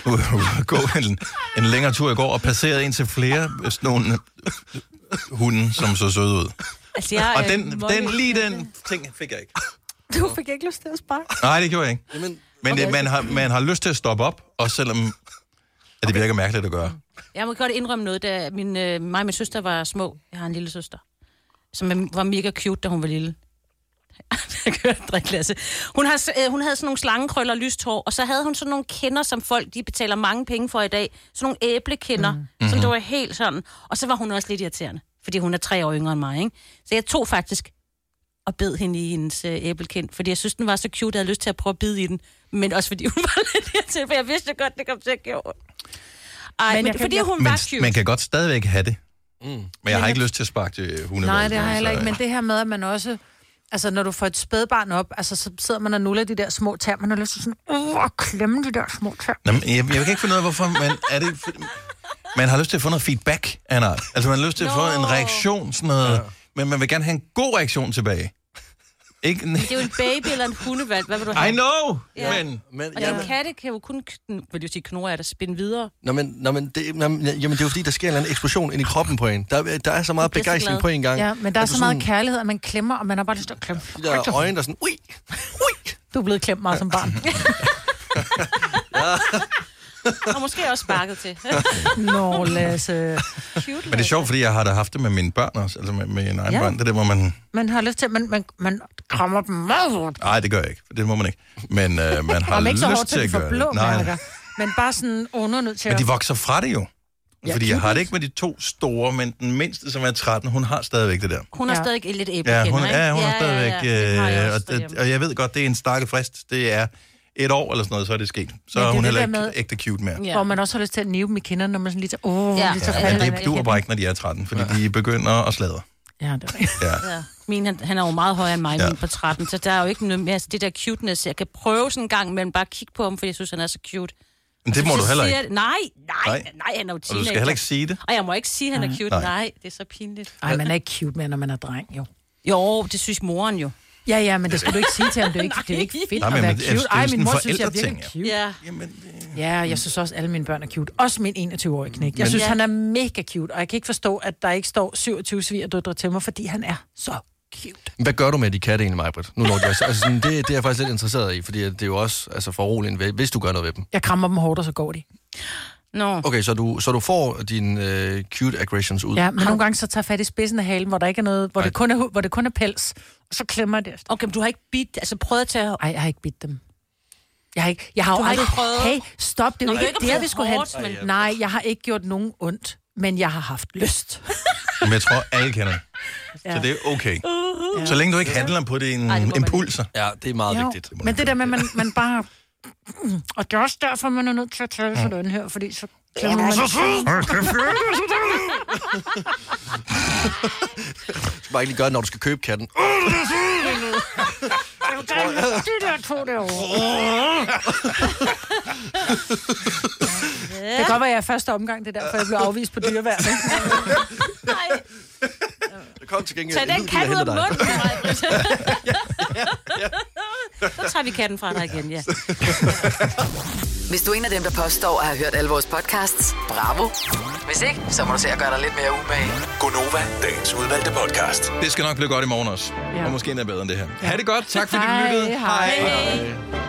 A: Nu er jeg ude at gå en, en længere tur i går, og passerede ind til flere øh, sådan nogle øh, hunde, som så søde ud.
C: Altså, jeg,
A: Og
C: øh,
A: den, den,
C: voldelig.
A: lige den ting fik jeg ikke.
B: Du fik ikke lyst til at sparke.
A: Nej, det gjorde jeg ikke.
D: Jamen,
A: Men
C: Okay.
A: det, man, har, man har lyst til at stoppe op, også selvom at det virker mærkeligt at gøre.
C: Jeg må godt indrømme noget, da min, øh, mig og min søster var små. Jeg har en lille søster, som er- var mega cute, da hun var lille. Jeg kører en drikklasse. Hun, har, s- øh, hun havde sådan nogle slangekrøller og lyst hår, og så havde hun sådan nogle kinder, som folk de betaler mange penge for i dag. Sådan nogle æblekinder, mm. som det var helt sådan. Og så var hun også lidt irriterende, fordi hun er tre år yngre end mig. Ikke? Så jeg tog faktisk og bed hende i hendes øh, æblekind, fordi jeg synes, den var så cute, at jeg havde lyst til at prøve at bide i den. Men også fordi hun var lidt irriterende, for jeg vidste godt, det kom til at gøre ondt. Ej, men, men fordi hun
A: men,
C: var cute.
A: Man kan godt stadigvæk have det.
D: Mm. Men
A: jeg har ikke lyst til at sparke til hunde.
B: Nej, det har jeg heller ikke, men det her med, at man også... Altså, når du får et spædbarn op, altså, så sidder man og nuller de der små tær. Man har lyst til sådan, uh, at klemme de der små tær.
A: Nå, men jeg, jeg kan ikke finde ud af, hvorfor man... Er det, man har lyst til at få noget feedback af en art. Altså, man har lyst til at få en reaktion, sådan noget. Ja. Men man vil gerne have en god reaktion tilbage. Ikke en...
C: Det er jo en baby eller en hundevalg. Hvad vil du have?
A: I know, ja. men...
D: men
C: og
D: ja,
C: ja,
D: men-
C: katte kan jo kun, kn- vil du sige, knurre af dig, spinde videre.
D: Nå, men, nå, men det, nå, men- jamen, det er jo fordi, der sker en eller anden eksplosion ind i kroppen på en. Der, der er så meget
B: bliver så
D: begejstring
B: glad.
D: på en gang.
B: Ja, men der er
D: at du
B: så meget
D: sådan-
B: kærlighed, at man klemmer, og man har bare lyst til at klemme.
D: De der øjne, der er sådan, ui!
B: Du er blevet klemt meget som barn.
C: Og måske også sparket til.
B: Nå, Lasse.
A: Men det er sjovt, fordi jeg har da haft det med mine børn også, altså med, med en egen
B: Ja.
A: ja. børn. Det er det, hvor man...
B: Man har lyst til, at man, man, man krammer dem meget hårdt.
A: Nej, det gør jeg ikke. for Det må man ikke. Men øh, man har
B: Om
A: lyst
B: ikke så hårdt,
A: til
B: så de
A: at
B: får
A: gøre
B: blå
A: det. Nej.
B: mærker. Men bare sådan undernødt til
A: Men de
B: at...
A: vokser fra det jo.
B: Ja,
A: Ja, Fordi jeg har
B: tydeligvis.
A: det ikke med de to store, men den mindste, som er 13, hun har stadigvæk det der.
C: Hun har stadig lidt æblekinder,
A: Ja, hun,
C: ikke?
A: ja, hun
C: ja,
A: har stadigvæk...
C: Ja, ja. Det har jeg
A: øh,
C: også
A: og, det, og jeg ved godt, det er en stakke frist. Det er et år eller sådan noget, så er det sket. Så
B: Men
A: er
B: det er
A: hun
B: det
A: heller
B: der
A: ikke
B: med-
A: ægte cute mere.
B: Ja. Hvor man også har lyst til at nive dem i kinderne, når man sådan lige tager... Åh,
C: Ja.
B: lige tager
A: Ja,
B: fat
A: men
B: i den
A: det duer
B: der kæmpe.
A: derhæmme. bare ikke, når de er 13, fordi ja. de begynder at sladre.
B: Ja, det er rigtigt.
A: Ja.
C: Ja. Min, han, han er jo meget højere end mig, ja. min på 13, så der er jo ikke noget mere, altså det der cuteness. Jeg kan prøve sådan en gang, men bare kigge på ham, fordi jeg synes, han er så cute.
A: Men det må
C: Så
A: du heller
C: siger
A: ikke.
C: jeg- Nej, nej,
A: Nej.
C: nej, han er jo
A: skal
C: teenager.
A: heller ikke sige det.
C: Og jeg må ikke sige, at han er
A: Mhm.
C: cute.
A: Nej.
C: Nej. nej, det er så pinligt.
B: Ej, man er ikke cute med, når man er dreng, jo.
C: Jo, det synes moren jo.
B: Ja, ja, men det skal du ikke sige til ham. Det er ikke, det er ikke fedt nej,
C: Nej, men
B: at være
C: det er- det er
B: cute. Ej, min
C: sådan en
B: mor synes, jeg er virkelig
C: forældreting,
B: cute.
C: Ja.
A: Jamen,
B: Ja, jeg synes også, at alle mine børn er cute. Også min 21-årige knægt. Jeg
C: Men-
B: synes,
C: Ja.
B: han er mega cute, og jeg kan ikke forstå, at der ikke står 27 svigerdøtre til mig, fordi han er så
D: Hvad gør du med de katte egentlig, Majbrit? Nu lukker jeg. Altså, sådan, det, det er jeg faktisk lidt interesseret i, fordi det er jo også altså, for roligt, hvis du gør noget ved dem.
B: Jeg krammer dem hårdt, og så går de.
C: Nå.
D: Okay, så du, så du får dine øh, cute aggressions ud.
B: Ja, men nogle gange så tager jeg fat i spidsen af halen, hvor der ikke er noget, hvor,
D: Ej.
B: det kun er, hu- hvor det kun er pels, og så klemmer jeg det efter.
C: Okay, men du har ikke bidt, altså prøvet at tage...
B: Nej, jeg har ikke bidt dem. Jeg har ikke, jeg har
C: Du
B: jo
C: har
B: aldrig...
C: ikke prøvet.
B: Hey, stop, det er
C: Nå,
B: jo
C: men
B: ikke
C: du har ikke
B: det, vi skulle
C: prøvet
B: have.
C: hårdt, men-
B: Nej, jeg har ikke gjort nogen ondt, men jeg har haft lyst.
A: Men jeg tror, alle kender det. Så det er okay. Så længe du ikke handler på dine
B: Ej, det må man
A: impulser.
D: Ja, det er meget
B: Jo, Men det der med, at man, man bare... Og det er også derfor, man er nødt til at tale sådan her, fordi så...
I: Åh, du er så sød!
D: Du skal bare ikke lige gøre det, når du skal købe katten.
B: Det der to derovre. Det kan godt være, at jeg er første omgang, det er derfor, jeg blev afvist på dyreværnet.
D: Der kom til gengæld
C: Tag
D: en
C: den
D: hvid
C: kat
D: bil
C: ud af
D: og henter dig.
C: munden, Maj-Brit. Så tager vi katten fra dig igen, ja.
F: Hvis du er en af dem, der påstår at have hørt alle vores podcasts, bravo. Hvis ikke, så må du se at gøre dig lidt mere umage.
E: Gonova, dagens udvalgte podcast.
A: Det skal nok blive godt i morgen også. Og måske endda bedre end det her. Ha' det godt. Tak fordi du
F: Hej,
A: lyttede.
F: hej.
A: Hej.